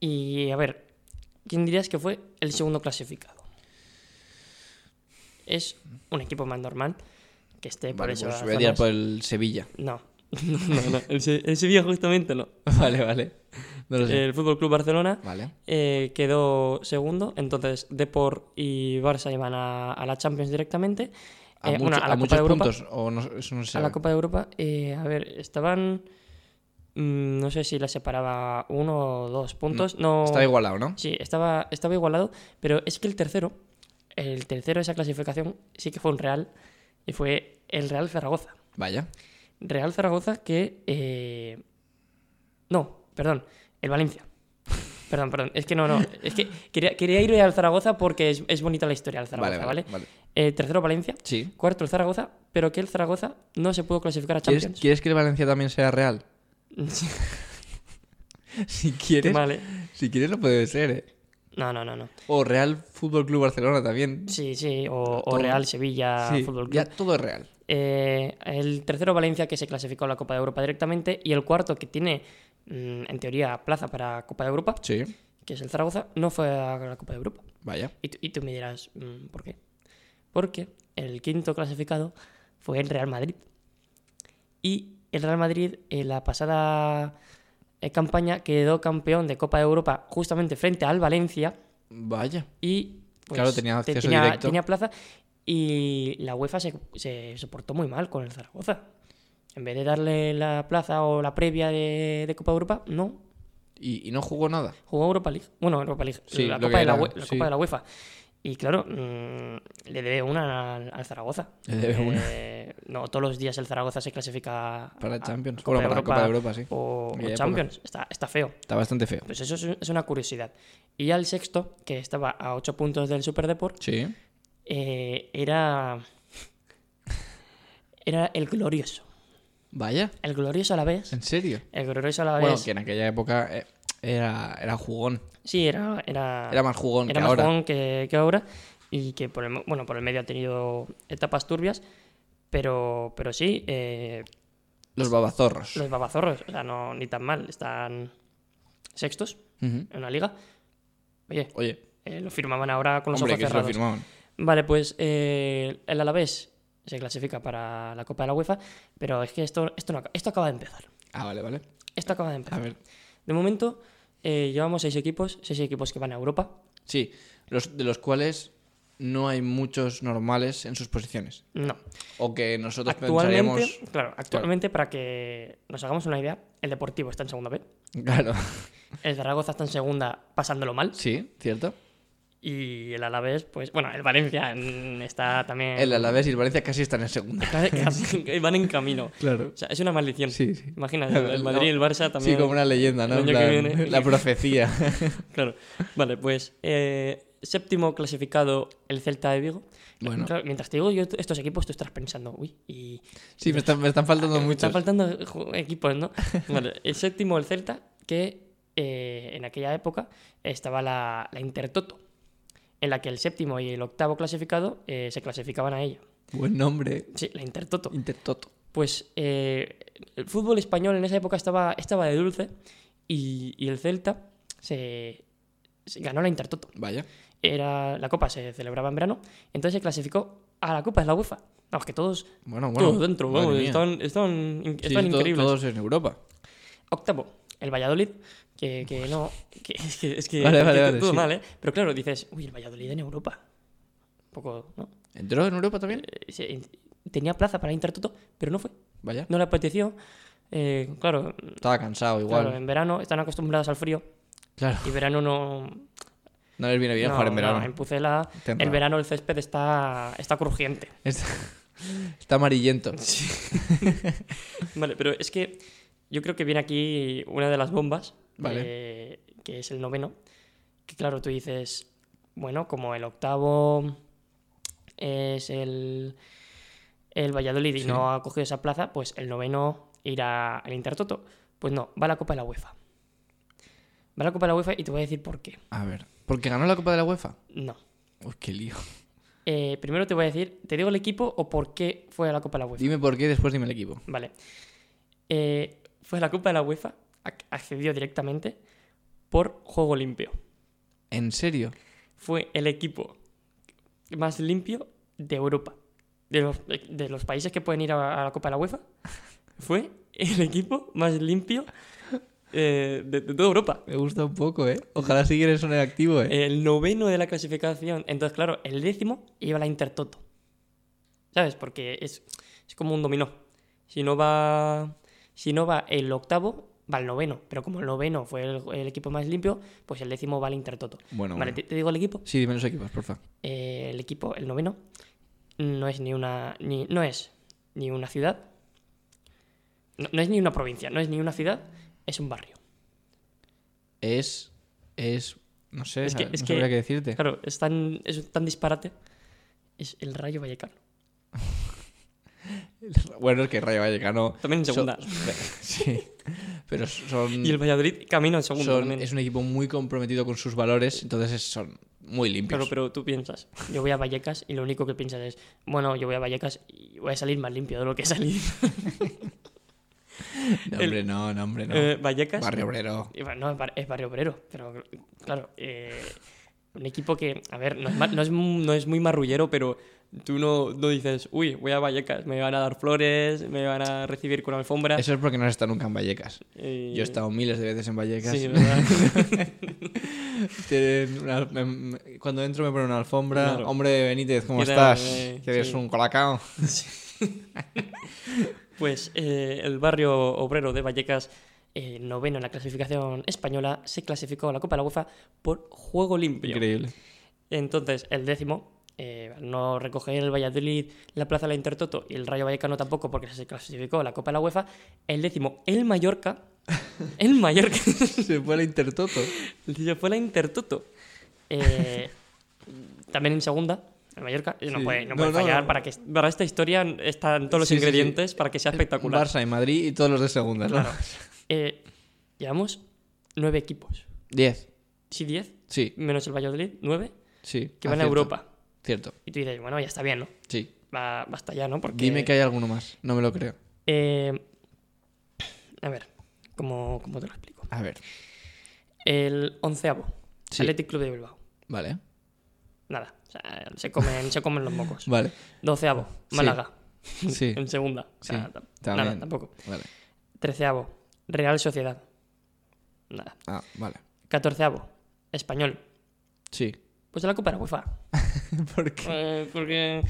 Y a ver, ¿quién dirías que fue el segundo clasificado? Es un equipo más normal que esté por Vale, eso. pues voy a tirar por el Sevilla. [laughs] No. [laughs] no, no, el, Se- el Sevilla justamente no. Vale, vale. No lo sé. El Fútbol Club Barcelona Vale. eh, quedó segundo, entonces Deport y Barça iban a, a la Champions directamente. A, Eh, mucho- bueno, a la Copa muchos de Europa. puntos. O no, eso no se a sabe. la Copa de Europa, eh, a ver, estaban. mm, no sé si la separaba uno o dos puntos. No, Mm, Está igualado, ¿no? Sí, estaba, estaba igualado, pero es que el tercero, el tercero de esa clasificación sí que fue un Real y fue el Real Zaragoza. Vaya. Real Zaragoza que... eh, No, perdón, el Valencia. Perdón, perdón, es que no, no, es que quería, quería ir al Zaragoza porque es, es bonita la historia del Zaragoza, Vale, ¿vale? vale, Eh, tercero Valencia, Sí. cuarto el Zaragoza, pero que el Zaragoza no se pudo clasificar a ¿Quieres, Champions. quieres que el Valencia también sea real? [laughs] Sí, Si Qué [laughs] quieres, mal, ¿eh? si quieres lo puede ser, ¿eh? No, no, no, no. O Real Fútbol Club Barcelona también. Sí, sí, o, o Todo- Real Sevilla Sí, Fútbol Club. ya todo es real. Eh, el tercero Valencia que se clasificó a la Copa de Europa directamente y el cuarto que tiene mm, en teoría plaza para Copa de Europa, Sí. que es el Zaragoza, no fue a la Copa de Europa. Vaya. Y, tú- y tú me dirás, mm, ¿por qué? Porque el quinto clasificado fue el Real Madrid. Y el Real Madrid en la pasada eh, campaña quedó campeón de Copa de Europa justamente frente al Valencia Vaya. y pues, Claro, tenía te- acceso tenía- directo. tenía plaza y la UEFA se, se, se portó muy mal con el Zaragoza. En vez de darle la plaza o la previa de, de Copa Europa, no. Y, y no jugó nada. Jugó Europa League. Bueno, Europa League. Sí, la lo Copa, que de la, era, Ue- la sí. Copa de la UEFA. Y claro, mm, le debe una al, al Zaragoza. Le debe Eh, No, todos los días el Zaragoza se clasifica Para a- Champions. a Ah, Copa Bueno, para de Europa Oh. Copa de Europa, sí. O, En o aquella Champions. Está, está feo. Está bastante feo. Pues eso es, es una curiosidad. Y al sexto, que estaba a 8 puntos del Superdeport, Sí. eh, era. Era el glorioso. Vaya. El glorioso a la vez. ¿En serio? El glorioso a la Bueno, vez. que en aquella época eh, era, era jugón. Sí, era. Era, Era más jugón era que más ahora. jugón que, que ahora. Y que por el, mo- bueno, por el medio ha tenido etapas turbias. Pero, pero sí, eh, Los babazorros. los babazorros, o sea, no, ni tan mal. Están sextos Ujú. en la liga. Oye, Oye, eh, lo firmaban ahora con los hombre, que ojos se lo cerrados. firmaban. Vale, pues eh, el Alavés se clasifica para la Copa de la UEFA, pero es que esto, esto, no ac- esto acaba de empezar. Ah, vale, vale. Esto acaba de A empezar. ver. De momento eh, llevamos seis equipos, seis equipos que van a Europa. Sí, los, de los cuales no hay muchos normales en sus posiciones. No. O que nosotros Actualmente, pensaríamos. [laughs] claro, actualmente para que nos hagamos una idea, el Deportivo está en segunda B, Claro. el Zaragoza está en segunda pasándolo mal Sí, cierto. y el Alavés, pues bueno, el Valencia mm, está también... El Alavés y el Valencia casi están en segunda. [laughs] Casi- casi- van en camino. Claro. O sea, es una maldición. Sí, sí. Imagina, el, el Madrid y el Barça también. Sí, como una leyenda, ¿no? el En año que plan, viene. La profecía. Claro. Vale, pues eh, séptimo clasificado el Celta de Vigo. [laughs] Bueno. Claro, mientras te digo yo estos equipos, tú estás pensando, uy, y Sí, me están, me están faltando me están muchos. faltando ju- [laughs] equipos, ¿no? Bueno, el séptimo el Celta, que eh, en aquella época estaba la, la Intertoto, en la que el séptimo y el octavo clasificado eh, se clasificaban a ella. Buen nombre. Sí, la Intertoto. Intertoto. Pues eh, el fútbol español en esa época estaba, estaba de dulce y, y el Celta se, se ganó la Intertoto. Vaya. Era, la Copa se celebraba en verano, entonces se clasificó a la Copa de la UEFA. Vamos, que todos, Bueno, bueno. todos dentro, madre vamos, mía. están, están, in- Sí, están to- increíbles. Todos en Europa. Octavo, el Valladolid, que, que no, que, [laughs] es que, es que- Vale, que vale, to- vale, todo sí. mal, ¿eh? Pero claro, dices, uy, el Valladolid en Europa. Un poco, ¿no? ¿Entró en Europa también? Eh, se- Tenía plaza para Intertoto, pero no fue. Vaya. No le apeteció. Eh, claro, Estaba cansado igual. Claro, en verano están acostumbrados al frío Claro. y verano no. No les viene bien no, jugar en no, verano. en Pucela, el Temprano. verano el césped está, está crujiente. Está, [laughs] está amarillento. Vale, pero es que yo creo que viene aquí una de las bombas, Vale. eh, que es el noveno. Que claro, tú dices, bueno, como el octavo es el, el Valladolid y Sí. no ha cogido esa plaza, pues el noveno irá al Intertoto. Pues no, va a la Copa de la UEFA. Va a la Copa de la UEFA y te voy a decir por qué. A ver. Porque ganó la Copa de la UEFA. No. Uy, qué lío. Eh, primero te voy a decir, ¿te digo el equipo o por qué fue a la Copa de la UEFA? Dime por qué y después dime el equipo. Vale. Eh, fue a la Copa de la UEFA, ac- accedió directamente por juego limpio. ¿En serio? Fue el equipo más limpio de Europa. De los, de los países que pueden ir a, a la Copa de la UEFA, fue el equipo más limpio eh, de, de toda Europa. Me gusta un poco, ¿eh? Ojalá siguieras en el activo, ¿eh? El noveno de la clasificación. Entonces, claro, el décimo iba a la Intertoto. ¿Sabes? Porque es, es como un dominó. Si no va. Si no va el octavo, va el noveno. Pero como el noveno fue el, el equipo más limpio, pues el décimo va al Intertoto. Ah, Bueno, vale, bueno. Te, te digo el equipo. Sí, dime los equipos, porfa. Eh, el equipo, el noveno, no es ni una. Ni, no es ni una ciudad. No, no es ni una provincia, no es ni una ciudad, es un barrio. Es. Es. No sé, Es que- no es que- sabría qué decirte. Claro, es tan, es tan disparate. Es el Rayo Vallecano. Bueno, es que Rayo Vallecano. [laughs] También en segunda. son- sí. Pero son. Y el Valladolid camino en segundo son- también. es un equipo muy comprometido con sus valores, entonces es- son muy limpios. Claro, pero tú piensas, yo voy a Vallecas y lo único que piensas es, bueno, yo voy a Vallecas y voy a salir más limpio de lo que he salido. [laughs] No, hombre, no, no, hombre, [laughs] no. Eh, Vallecas. Barrio Obrero. Y bueno, No, es bar- es barrio obrero, pero claro, eh, un equipo que, a ver, no es, ma- no es mu- no es muy marrullero, pero tú no, no dices, uy, voy a Vallecas, me van a dar flores, me van a recibir con alfombra. Eso es porque no has estado nunca en Vallecas. eh, Yo he estado miles de veces en Vallecas. Sí, ¿verdad? [laughs] Tienen una- me- me- cuando entro me ponen una alfombra. Claro. Hombre, Benítez, ¿cómo ¿Qué tal, estás? eh? ¿Quieres Sí. un colacao? Pues eh, el barrio obrero de Vallecas, eh, noveno en la clasificación española, se clasificó a la Copa de la UEFA por juego limpio. [laughs] Increíble. Entonces, el décimo, eh, al no recoger el Valladolid, la Plaza de la Intertoto y el Rayo Vallecano tampoco, porque se clasificó a la Copa de la UEFA, el décimo, [laughs] el Mallorca, el Mallorca, [laughs] Se fue al Intertoto. se fue a la Intertoto. Eh, también en segunda. El Mallorca eh, no Sí. puede, no No, puede no, fallar. no. Para, que, para esta historia están todos los Sí, sí, sí. ingredientes para que sea espectacular. Barça y Madrid y todos los de segunda, ¿no? Claro. Eh, llevamos nueve equipos. Diez. Sí, diez, Sí, menos el Valladolid, nueve, sí. que van a acierto. Europa. Ah, Cierto, Y tú dices, bueno, ya está bien, ¿no? sí. Va, basta ya, ¿no? Porque, Dime que hay alguno más. No me lo creo. eh, a ver, ¿cómo, cómo te lo explico? A ver. El onceavo, Sí. Athletic Club de Bilbao. Vale. Nada, o sea, se comen, se comen los mocos. [laughs] Vale. Doceavo, Sí. Málaga, Sí. en segunda. O sea, Sí, tam- también. Nada, tampoco. Vale. Treceavo, Real Sociedad. Nada. Ah, vale. Catorceavo, Español. [laughs] Sí. Pues a la Copa de la UEFA. ¿Por qué? [laughs] Eh, porque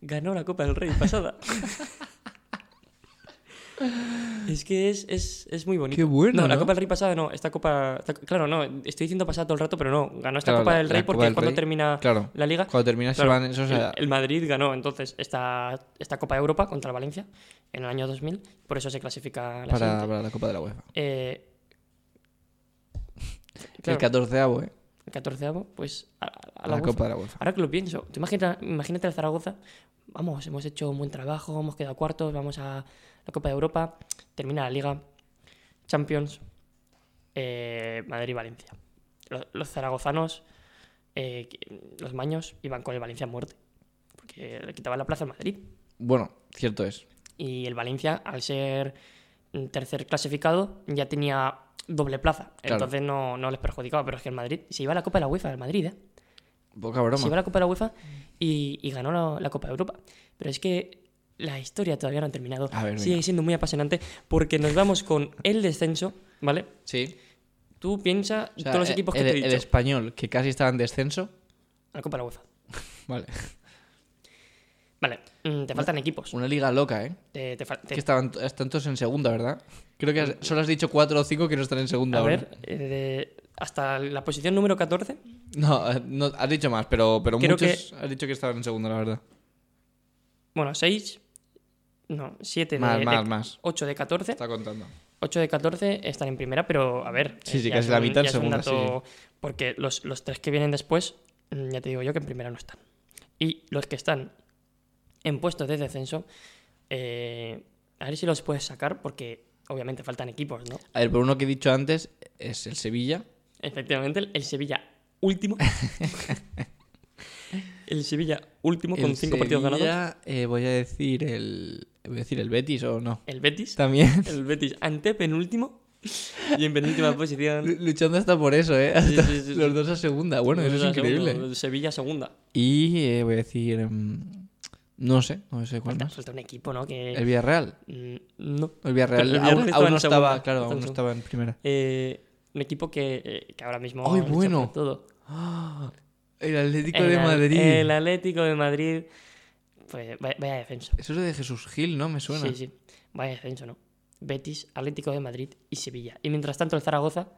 ganó la Copa del Rey pasada. [laughs] es que es, es, es muy bonito. Qué bueno, No, la ¿no? Copa del Rey pasada no. Esta Copa. esta- claro, no. Estoy diciendo pasada todo el rato, pero no. Ganó esta Claro, Copa la- del la Rey Copa porque del cuando Rey, termina Claro. la liga. Cuando terminas claro, se van esos a- el, el Madrid ganó entonces esta, esta Copa de Europa contra el Valencia en el año 2000. Por eso se clasifica a la para, siguiente. [laughs] para la Copa de la UEFA. Eh, claro, El 14 ¿eh? el 14 pues a, a A la la Copa UEFA. de la UEFA. Ahora que lo pienso, tú imagina, imagínate el Zaragoza, vamos, hemos hecho un buen trabajo, hemos quedado cuartos, vamos a la Copa de Europa, termina la Liga, Champions, eh, Madrid y Valencia. Lo- Los, zaragozanos, eh, que- los maños, iban con el Valencia a muerte, porque le quitaban la plaza al Madrid. Bueno, cierto es. Y el Valencia, al ser mm, tercer clasificado, ya tenía doble plaza. Claro. Entonces no, no les perjudicaba, pero es que el Madrid se iba a la Copa de la UEFA, el Madrid, ¿eh? Poca Se iba a broma. la Copa de la UEFA y, y ganó la, la Copa de Europa. Pero es que la historia todavía no ha terminado. A ver, Sigue venga. siendo muy apasionante porque nos vamos con el descenso, ¿vale? Sí. Tú piensas O sea, todos los eh, equipos que el, te he el dicho. español, que casi estaba en descenso. La Copa de la UEFA. Vale. Vale, mm, te faltan equipos. Una liga loca, ¿eh? Te- te fal- te- Que estaban están todos en segunda, ¿verdad? Creo que has- solo has dicho cuatro o cinco que no están en segunda a ahora. ver, eh, de- hasta la posición número 14 No, eh, no, has dicho más, pero, pero Creo muchos has dicho que estaban en segunda, la verdad. Bueno, 6. No, 7 Más, de, más, más. 8 de 14. Está contando. 8 de 14 están en primera, pero a ver. Sí, eh, sí, ya casi es la un- mitad en ya es un segunda, dato- Porque los, los tres que vienen después, mm, ya te digo yo que en primera no están. Y los que están en puestos de descenso, eh, a ver si los puedes sacar, porque obviamente faltan equipos, ¿no? A ver, por uno que he dicho antes es el Sevilla. Efectivamente, el, el Sevilla [laughs] último. el Sevilla último con El 5 partidos ganados. Sevilla, eh, voy a decir el. Voy a decir el Betis o no. El Betis. [laughs] También. El Betis antepenúltimo y [laughs] en penúltima posición. Luchando hasta por eso, ¿eh? Hasta sí, sí, los sí. dos a segunda. Bueno, eso es Segunda, increíble. segunda, Sevilla segunda. Y eh, voy a decir. mm, no sé, no sé cuál Falta, más. falta Pues un equipo, ¿no? Que... El Villarreal. Mm, No. El Villarreal, Pero el aún, Villarreal estaba aún en no segunda, estaba, claro, estaba en aún no segunda. estaba en [gasps] primera. Eh, un equipo que, eh, que ahora mismo. ¡Ay, lucha bueno! por Todo. El Atlético El de Al- Madrid. El Atlético de Madrid. Pues vaya, vaya descenso. Eso es de Jesús Gil, ¿no? Me suena. Sí, sí. Vaya descenso, ¿no? Betis, Atlético de Madrid y Sevilla. Y mientras tanto, el Zaragoza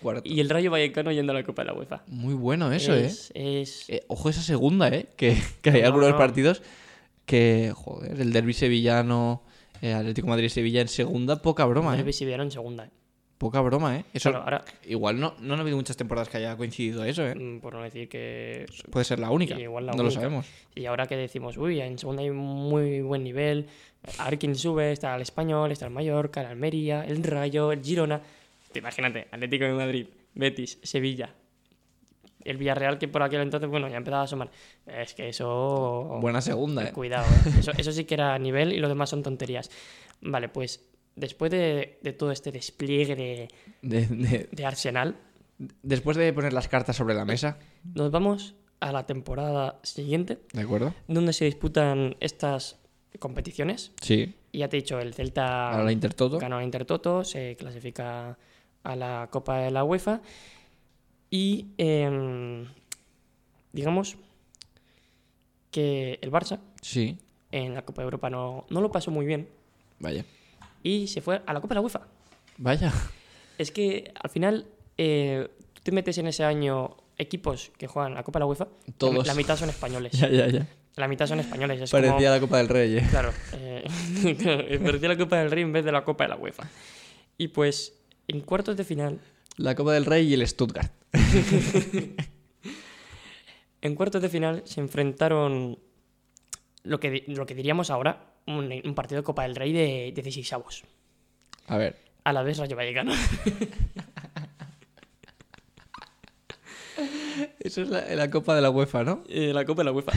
Cuarto. y el Rayo Vallecano yendo a la Copa de la UEFA. Muy bueno eso, ¿eh? es, es- Eh, Ojo esa segunda, ¿eh? Que, [laughs] que hay No, algunos no. partidos que, joder, el derby sevillano, eh, Atlético Madrid-Sevilla en segunda, poca broma, Derbi ¿eh? sevillano en segunda. ¿eh? Poca broma, ¿eh? Eso, Claro, ahora, igual no, no han habido muchas temporadas que haya coincidido eso, ¿eh? mm, por no decir que Puede ser la única. Igual la no lo única. sabemos. Y ahora que decimos, uy, en segunda hay muy buen nivel, a ver quién sube, está el Español, está el Mallorca, el Almería, el Rayo, el Girona. Te imagínate, Atlético de Madrid, Betis, Sevilla, el Villarreal que por aquel entonces, bueno, ya empezaba a asomar. Es que eso... Buena segunda, ¿eh? Cuidado, ¿eh? eso, eso sí que era nivel y lo demás son tonterías. Vale, pues después de, de todo este despliegue de, De- de- de Arsenal, después de poner las cartas sobre la mesa, nos vamos a la temporada siguiente, ¿de acuerdo? donde se disputan estas competiciones. Sí. Y ya te he dicho, el Celta Ahora la Intertoto. ganó la Intertoto, se clasifica a la Copa de la UEFA. Y em, digamos que el Barça Sí. en la Copa de Europa no, no lo pasó muy bien Vaya. y se fue a la Copa de la UEFA. Vaya. [laughs] Es que al final eh, tú te metes en ese año equipos que juegan la Copa de la UEFA, la- Todos. La, mitad son [laughs] españoles. Ya, ya, ya. La mitad son españoles. Es como- Parecía la Copa del Rey, ¿eh? Claro, eh, [laughs] parecía la Copa del Rey en vez de la Copa de la UEFA. Y pues en cuartos de final, La Copa del Rey y el Stuttgart. en cuartos de final se enfrentaron lo que, di- lo que diríamos ahora un, un partido de Copa del Rey de 16 avos. A ver. [laughs] A la vez Rayo Vallecano. Eso es la, la Copa de la UEFA, ¿no? Eh, la Copa de la [laughs] UEFA.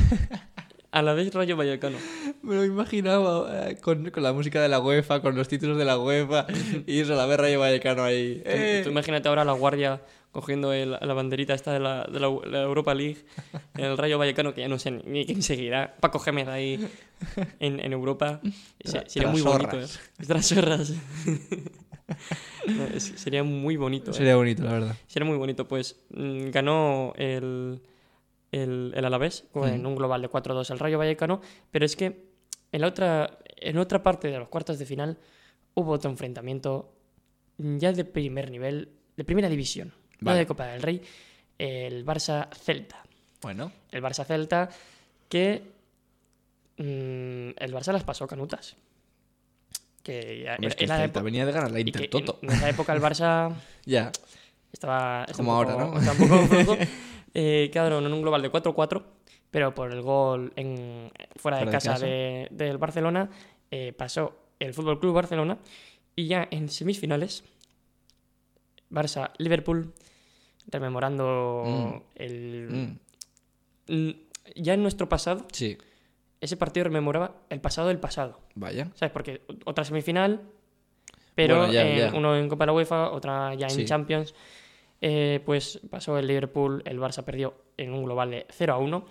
A la vez Rayo Vallecano. Me lo imaginaba eh, con, con la música de la UEFA, con los títulos de la UEFA y eso, la berra y Vallecano ahí. Tú- ¡Eh! Tú imagínate ahora a la guardia cogiendo el- la banderita esta de la, de la- la Europa League, el Rayo Vallecano, que ya no sé ni- ni quién seguirá, Paco Gémez ahí en, en Europa. Se- Tra- sería muy bonito. ¿eh? trasorras. [laughs] Trasorras. No, es- sería muy bonito. ¿eh? Sería bonito, la verdad. Sería muy bonito. Pues mm, ganó el, el, el Alavés con Ujú. un global de 4-2 al Rayo Vallecano, pero es que en la otra, en otra parte de los cuartos de final hubo otro enfrentamiento ya de primer nivel, de primera división, no Vale. de Copa del Rey, el Barça-Celta. Bueno, El Barça-Celta que mm, el Barça las pasó canutas. Que ya hombre, es era- que el era Celta época- venía de ganar la y que Intertoto. [laughs] en- en esa época el Barça Ya, Estaba, está Como un poco- ahora, ¿no? está un poco [laughs] flojo. Eh, quedaron en un global de 4-4, pero por el gol en, fuera de Fuera de casa, casa. de- del Barcelona eh, pasó el Fútbol Club Barcelona y ya en semifinales Barça-Liverpool rememorando el Mm, Mm, ya en nuestro pasado sí, ese partido rememoraba el pasado del pasado vaya. ¿Sabes? Porque otra semifinal, pero Bueno, ya, eh, ya. uno en Copa de la UEFA, otra ya en Sí. Champions. Eh, pues pasó el Liverpool, el Barça perdió en un global de 0 a 1.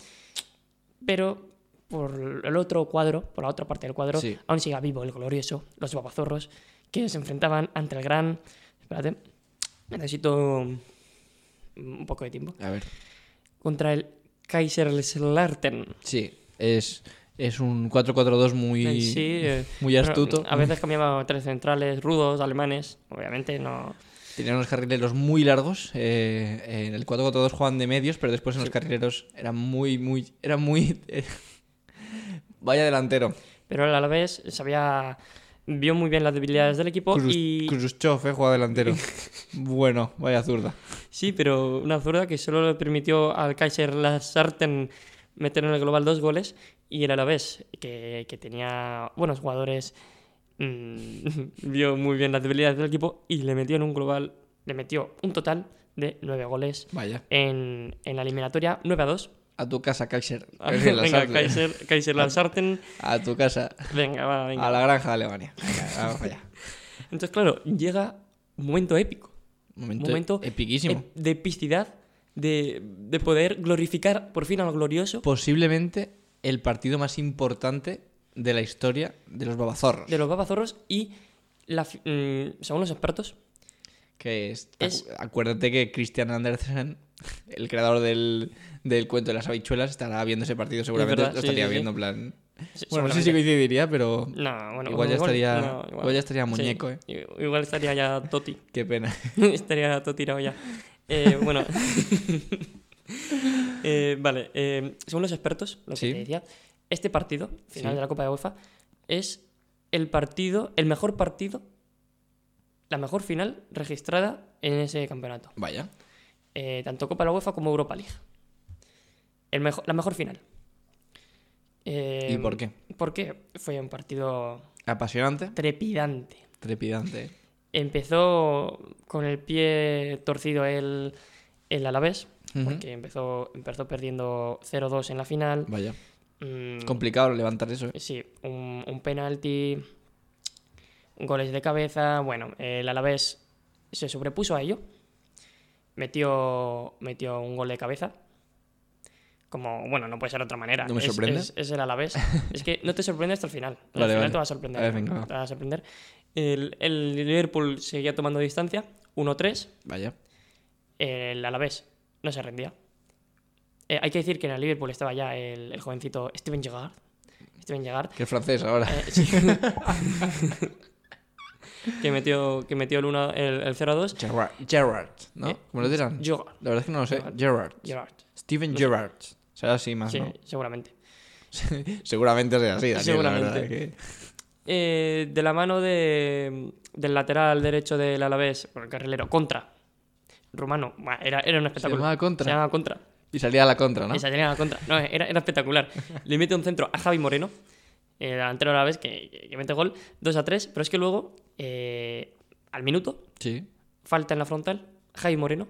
Pero por el otro cuadro, por la otra parte del cuadro, Sí. aún sigue vivo el glorioso, los babazorros, que se enfrentaban ante el gran. Espérate, necesito un poco de tiempo. A ver. Contra el Kaiserslautern. Sí, es, es un 4-4-2 muy, Sí, eh, muy Bueno, astuto. a veces cambiaba tres centrales rudos, alemanes, obviamente no. Tenían unos carrileros muy largos. eh, en el 4-4-2 jugaban de medios, pero después en los carrileros eran muy, muy. Era muy. eh, [laughs] vaya delantero. Pero él a la vez sabía. Vio muy bien las debilidades del equipo Krus- y. Khrushchev, eh, jugaba [laughs] delantero. bueno, vaya zurda. Sí, pero una zurda que solo le permitió al Kaiser Sarten meter en el global dos goles y el Alavés, que, que tenía buenos jugadores, mm, [laughs] vio muy bien las debilidades del equipo y le metió en un global, le metió un total de nueve goles Vaya. en, en la eliminatoria 9 a 2. A tu casa, Kaiser. Kaiser [laughs] Venga, Lazarde. Kaiser, Kaiser Sarten. A tu casa. Venga, va, venga. A la granja de Alemania. Venga, vamos allá. Entonces, claro, llega un momento épico, Momento, Momento epiquísimo. ep- de epicidad, de, de poder glorificar por fin a lo glorioso Posiblemente el partido más importante de la historia de los babazorros. de los babazorros y, la fi- mm, según los expertos, Que es, Es- acu- Acuérdate que Christian Andersen, el creador del, del cuento de las habichuelas, estará viendo ese partido seguramente. verdad, lo sí, estaría sí, sí. viendo, en plan. se- Bueno, no sé si seguramente- coincidiría, pero. No, bueno, igual, ya estaría, no, igual. ya estaría sí, muñeco, ¿eh? i- Igual estaría ya Toti. Qué pena. [laughs] Estaría todo tirado ya. Eh, [laughs] bueno. Eh, vale, eh, según los expertos, lo que Sí. te decía, este partido, final Sí. de la Copa de UEFA, es el partido, el mejor partido, la mejor final registrada en ese campeonato. Vaya. Eh, tanto Copa de la UEFA como Europa League. El mejo- la mejor final. ¿Y Eh, por qué? Porque fue un partido Apasionante, trepidante. trepidante. Empezó con el pie torcido el, el Alavés, Ujú. porque empezó, empezó perdiendo 0-2 en la final. Vaya. Mm, Complicado levantar eso, ¿eh? sí, un, un penalti, goles de cabeza. Bueno, el Alavés se sobrepuso a ello. Metió, metió un gol de cabeza. Como, bueno, no puede ser de otra manera. No me Es- sorprende. Es, es [laughs] el Alavés. es que no te sorprende hasta el final. Al Vale, final vale. te va a sorprender. A ver, venga, va. te va a sorprender. El, el Liverpool seguía tomando distancia. 1-3. Vaya. El Alavés no se rendía. Eh, hay que decir que en el Liverpool estaba ya el, el jovencito Steven Gerrard. Steven Gerrard. Que es francés ahora. Eh, sí. [laughs] que metió, que metió el, uno- el, el 0 a 2. Gerard, Gerard, ¿no? Eh, ¿Cómo lo dirán? Gerrard. La verdad es que no lo sé. Gerard. Gerard. Gerrard. Steven Gerard. Será así más, Sí, Ah, ¿no? seguramente. Seguramente sea así, Daniel, Seguramente. la verdad que- Eh, de la mano de, del lateral derecho del Alavés, bueno, el carrilero, contra. Rumano. Buah, Era, era un Se espectáculo. llamaba Se contra. llamaba contra. Y salía a la contra, ¿no? Esa tenía la contra. No, era, era espectacular. Le mete un centro a Javi Moreno, el delantero de Alavés, que, que mete gol 2 a 3. Pero es que luego, eh, al minuto, Sí. falta en la frontal, Javi Moreno,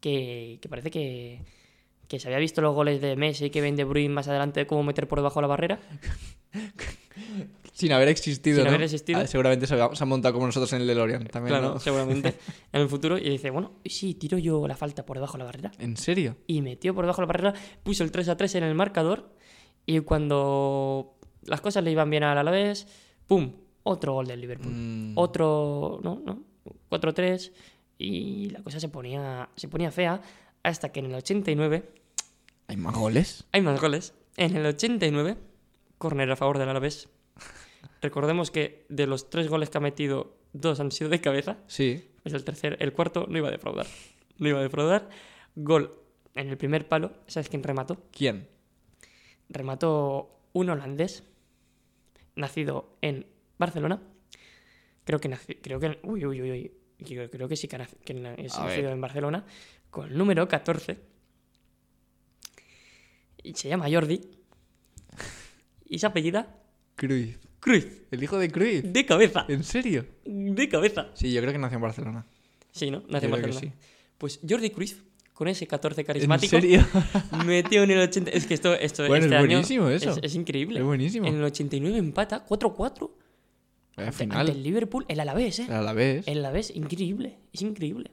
que, que parece que, que se había visto los goles de Messi, que vende Bruin más adelante, cómo meter por debajo la barrera. Sin haber existido, Sin ¿no? haber existido. Ah, seguramente se, ha- se han montado como nosotros en el DeLorean también, claro, ¿no? seguramente [laughs] en el futuro. Y dice, bueno, ¿y si tiro yo la falta por debajo de la barrera? ¿En serio? Y metió por debajo de la barrera, puso el 3 a 3 en el marcador. Y cuando las cosas le iban bien al Alavés, ¡pum! Otro gol del Liverpool. Mm, otro, ¿no? ¿no? 4-3 y la cosa se ponía, se ponía fea hasta que en el 89 ¿Hay más goles? hay más goles. En el 89, córner a favor del Alavés. Recordemos que de los tres goles que ha metido, dos han sido de cabeza. Sí. Pues el tercer, el cuarto no iba a defraudar. No iba a defraudar. Gol en el primer palo. ¿Sabes quién remató? ¿Quién? remató un holandés nacido en Barcelona. Creo que nació, creo que uy, uy, uy, uy. yo creo que sí que ha- que na- es A nacido ver. en Barcelona, con el número 14. Y se llama Jordi. Y se apellida Cruyff. Cruz. El hijo de Cruyff. De cabeza. ¿En serio? De cabeza. Sí, yo creo que nació en Barcelona. Sí, ¿no? Nace en Yo creo que Barcelona. Pues Jordi Cruz, con ese 14 ¿En carismático, [laughs] serio? metió en el 80. Es que esto, esto Bueno, este es año buenísimo eso. Es, es increíble. Es buenísimo. En el 89 empata 4-4 Al ante- ante el final, Liverpool, el Alavés, ¿eh? a la vez. El Alavés, increíble, es increíble.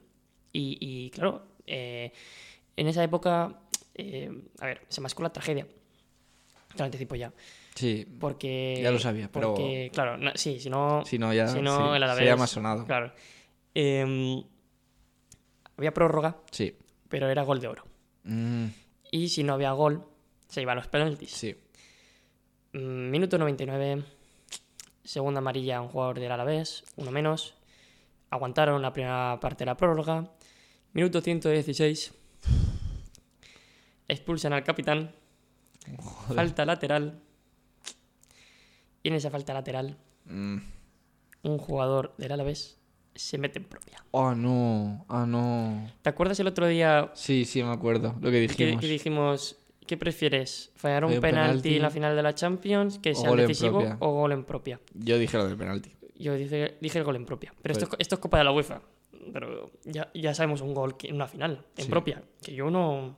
Y, y, claro, eh, en esa época, eh, a ver, se mascó la tragedia. Te lo anticipo ya. Sí. Porque. Ya lo sabía, pero- Porque, claro, no- sí, si no. Si no, ya si no, sí, el Alavés. sería más sonado. Claro. Eh, había prórroga, Sí. pero era gol de oro. Mm, Y si no había gol, se iba a los penaltis. sí. Mm, Minuto 99, segunda amarilla a un jugador del Alavés, uno menos. Aguantaron la primera parte de la prórroga. Minuto 116, expulsan al capitán. Falta lateral. Y en esa falta lateral, Mm. un jugador del Alavés se mete en propia. Oh, no. Ah, no. ¿Te acuerdas el otro día Sí, sí, me acuerdo. Lo que que, dijimos. que dijimos, ¿qué prefieres? ¿Fallar Hay un un penalti penalti en la final de la Champions, que o sea gol en decisivo, propia? o gol en propia? Yo dije lo del penalti. Yo dije, dije el gol en propia. Pero esto, Pues- es- esto es Copa de la UEFA. Pero ya, ya sabemos un gol que- en una final, en Sí. propia. Que yo no.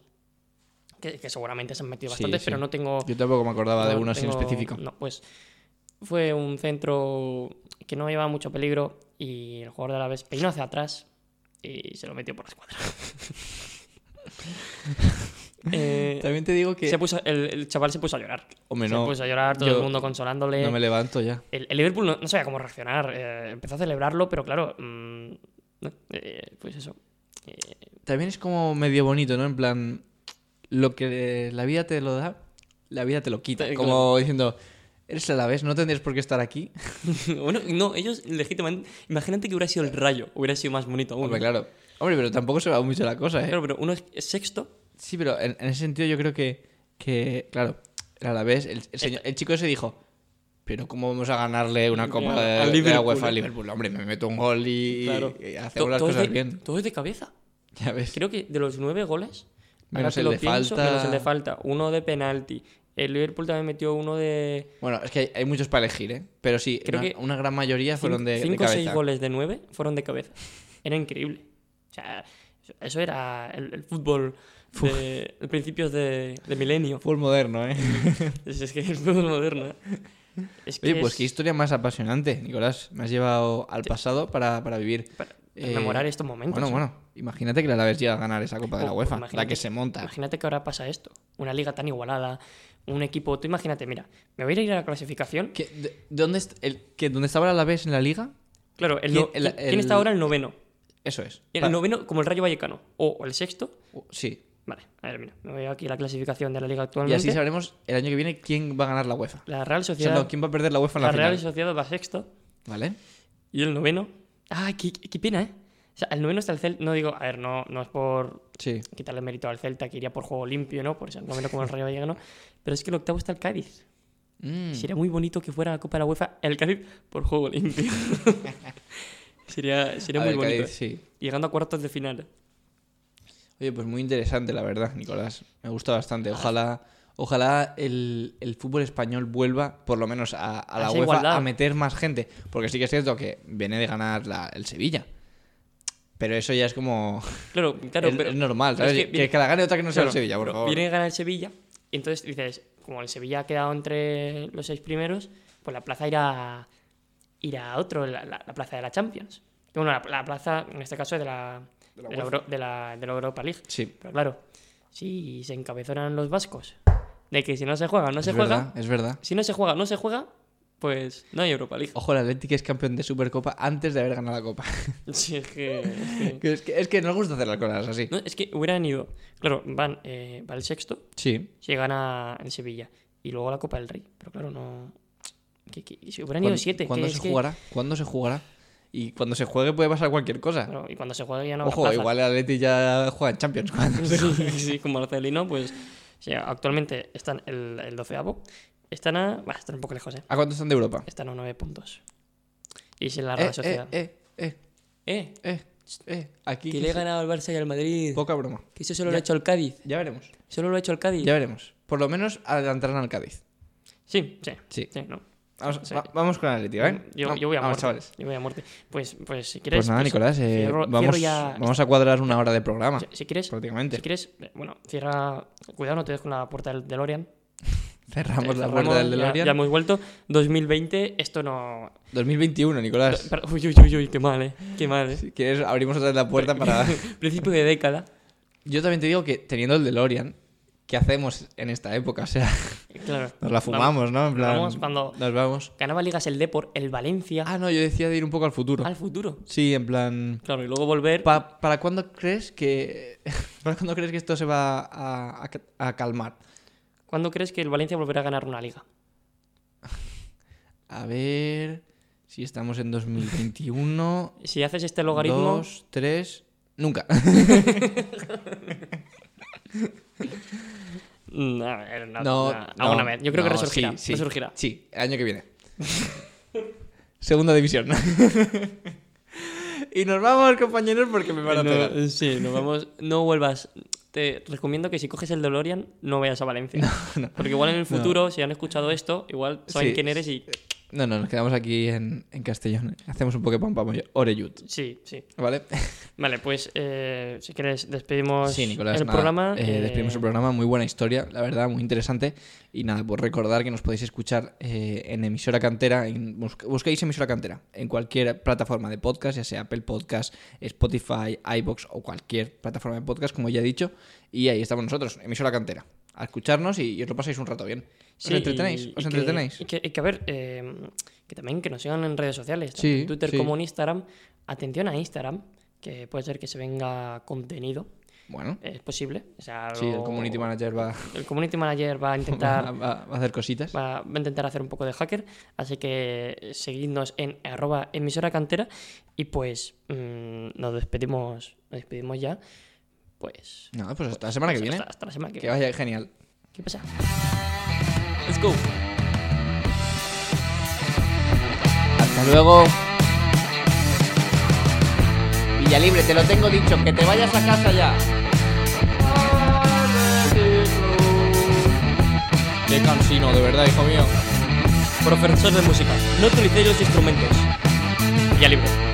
Que, que seguramente se han metido Sí, bastantes, sí. pero no tengo. Yo tampoco me acordaba de no uno sin tengo- específico. No, pues. Fue un centro que no llevaba mucho peligro y el jugador de la vez peinó hacia atrás y se lo metió por [laughs] la escuadra. Eh, También te digo que. se puso- el, el chaval se puso a llorar. Hombre, se no. puso a llorar, todo yo el mundo consolándole. No me levanto ya. El, el Liverpool no, no sabía cómo reaccionar. eh, empezó a celebrarlo, pero claro. mm, no, eh, pues eso. eh, También es como medio bonito, ¿no? En plan, lo que la vida te lo da, la vida te lo quita. Sí, como claro. diciendo, eres a la vez, no tendrías por qué estar aquí. [laughs] bueno, no, ellos legítimamente. Imagínate que hubiera sido el rayo, hubiera sido más bonito aún. Hombre, ¿no? claro. Hombre, pero tampoco se va mucho la cosa, ¿eh? Claro, pero uno es es sexto. Sí, pero en, en ese sentido yo creo que, que claro, a la vez el, el señor- el chico ese dijo, pero ¿cómo vamos a ganarle una copa Claro, de, al de la Liverpool. eh". UEFA al Liverpool? Hombre, me meto un gol y, Claro. y hacemos To- las todo, es cosas de- bien. [laughs] todo es de cabeza. Ya ves. Creo que de los nueve goles. ahora Menos que el lo de falta. Menos el de falta. Uno de penalti. El Liverpool también metió uno de. Bueno, es que hay, hay muchos para elegir, ¿eh? Pero sí, Creo una, que una gran mayoría fueron de, de cinco o cabeza. seis goles de nueve fueron de cabeza. Era increíble. O sea, eso era el, el fútbol de, de principios de, de milenio. Fútbol moderno, ¿eh? Es, es que [laughs] es fútbol moderno. ¿eh? Es [laughs] Oye, pues es qué historia más apasionante, Nicolás. Me has llevado al pasado para, para vivir. Para Eh, memorar estos momentos. Bueno, ¿eh? bueno, imagínate que la Alavés llega a ganar esa Copa de la Oh, UEFA, la imagínate. que se monta. Imagínate que ahora pasa esto. Una liga tan igualada, un equipo... Tú imagínate, mira, me voy a ir a la clasificación. ¿Qué- de- ¿Dónde, est- el, que, ¿Dónde estaba la Alavés en la liga? Claro, ¿Quién- el, no- el- ¿quién- el- ¿quién está ahora el noveno? Eso es. El Pa- noveno como el Rayo Vallecano. O, o el sexto. uh, Sí. Vale, a ver, mira, me voy aquí a la clasificación de la Y liga actualmente. así sabremos el año que viene quién va a ganar la UEFA. La Real O sea, Sociedad... no, quién va a perder la UEFA en la la, Real final. Sociedad va sexto. ¿Vale? Y el noveno... Ah, qué, qué pena, ¿eh? O sea, el noveno está el Celta... No digo, a ver, no, no es por Sí. quitarle mérito al Celta, que iría por juego limpio, ¿no? Por ser noveno como el Rayo Vallecano. Pero es que el octavo está el Cádiz. Mm. Sería muy bonito que fuera la Copa de la UEFA el Cádiz por juego limpio. [laughs] sería sería A muy ver, bonito. ¿eh? Cádiz, sí. Llegando a cuartos de final. Oye, pues muy interesante, la verdad, Nicolás. Me gusta Ah. bastante. Ojalá, ojalá el, el fútbol español vuelva, por lo menos a, a A la esa UEFA, igualdad. a meter más gente. Porque sí que es cierto que viene de ganar la- el Sevilla. Pero eso ya es como. Claro, claro, [laughs] es, pero. es normal, ¿sabes? es que, que viene- que la gane otra que no sea claro, el Sevilla, por pero favor. Viene a ganar el Sevilla. Y entonces dices, como el Sevilla ha quedado entre los seis primeros, pues la plaza irá, irá a otro, la, la- la plaza de la Champions. Bueno, la, la plaza, en este caso, es de la, de la, Euro- de la- de la Europa League. Sí. Pero claro, si se encabezonan los vascos de que si no se juega, no se es juega. verdad, es verdad. Si no se juega, no se juega, pues no hay Europa League. [laughs] Ojo, el Atlético es campeón de Supercopa antes de haber ganado la Copa. Sí, es que. es que- Que es, que, es que nos gusta hacer las cosas así. No, es que hubieran ido. Claro, van eh, va el sexto, Sí. se gana en Sevilla. Y luego la Copa del Rey. Pero claro, no. Que, que- si hubieran ¿Cuándo, ido siete. ¿cuándo que se es que- jugará? ¿Cuándo se jugará? Y cuando se juegue puede pasar cualquier cosa. Claro, y cuando se juega ya no habrá Ojo, plaza. igual el Atleti ya juega en Champions. [laughs] cuando se juegue. [laughs] Sí, sí, como Marcelino, pues. sí, actualmente están el, el doceavo. Están a. Bueno, están un poco lejos, ¿eh? ¿A cuánto están de Europa? Están a nueve puntos. Y si la Eh, Real eh, Sociedad. eh, eh. Eh, Eh, eh, aquí. que le he ganado al Barça y al Madrid. Poca broma. Que eso solo lo Ya. ha hecho el Cádiz. Ya veremos. Solo lo ha hecho el Cádiz. Ya veremos. Por lo menos adelantarán al Cádiz. Sí, sí. Sí. sí, no. Vamos, Sí. Mm, va- vamos con Atleti, ¿vale? Yo, Vam- yo voy a Vamos, muerte. Ah, chavales. Yo voy a muerte. Pues, pues si quieres. Pues nada, pues, Nicolás, eh, cierro- vamos, cierro ya- vamos a cuadrar una hora de programa, Si, si quieres, prácticamente. si quieres, eh, bueno, cierra. Cuidado, no te des con la puerta del DeLorean. Cerramos Eh, la cerramos, puerta del ya- DeLorean. Ya, hemos vuelto. 2020, esto no. 2021, Nicolás. Per- Uy, uy, uy, uy, qué mal, eh. Qué mal, eh. Si quieres, abrimos otra vez la puerta para... Principio de [laughs] década. Yo también te digo que teniendo el DeLorean, ¿qué hacemos en esta época? O sea, Claro. nos la fumamos, ¿no? En plan, vamos cuando- Nos vamos. Ganaba ligas el Depor, el Valencia, Ah, no, yo decía de ir un poco al futuro. al futuro. Sí, en plan... Claro, y luego volver. Pa- ¿Para cuándo crees que... [laughs] ¿Para cuándo crees que esto se va a, a ca- a calmar? ¿Cuándo crees que el Valencia volverá a ganar una liga? A ver... Si estamos en 2021... Si haces este logaritmo. Dos, tres... Nunca. Mm, a ver, no, No, no, no, alguna vez. Yo creo que no, resurgirá. Sí, sí, resurgirá. Sí, el año que viene. [laughs] Segunda división. [laughs] y nos vamos, compañeros, porque me van a pegar. No, sí, nos vamos. No vuelvas. Te recomiendo que si coges el DeLorean, no vayas a Valencia. Porque igual en el futuro, si han escuchado esto, igual saben Sí, quién eres y. No, no, nos quedamos aquí en, en Castellón. Hacemos un poco pam oreyut. Sí, sí. ¿Vale? Vale, pues eh, si quieres, despedimos Sí, Nicolás. el nada, programa. eh, eh, Despedimos el programa. Muy buena historia, la verdad, muy interesante. Y nada, pues recordar que nos podéis escuchar eh, en emisora cantera. En, busc- buscáis emisora cantera en cualquier plataforma de podcast, ya sea Apple Podcast, Spotify, iBox o cualquier plataforma de podcast, como ya he dicho. Y ahí estamos nosotros, emisora cantera. A escucharnos y, y os lo pasáis un rato bien. sí, ¿Os entretenéis? y- ¿Os y que- entretenéis? y que, y que, a ver, eh, que también que nos sigan en redes sociales, tanto Sí, en Twitter sí. como en Instagram. Atención a Instagram, que puede ser que se venga contenido. Bueno, Es posible. O sea, sí, el lo- community manager va, el community manager va a intentar va- [laughs] va- va a hacer cositas. va, va a intentar hacer un poco de hacker, así que seguidnos en arroba emisora cantera y pues mm, nos despedimos, nos despedimos ya, pues Nada, pues hasta la semana que hasta- viene. hasta, hasta la semana que Que viene. vaya genial. ¿Qué pasa? Let's go. Hasta luego. Villa Libre, te lo tengo dicho, que te vayas a casa ya. Qué cansino, de verdad, hijo mío. Profesor de música, no utilicéis los instrumentos. Ya libre.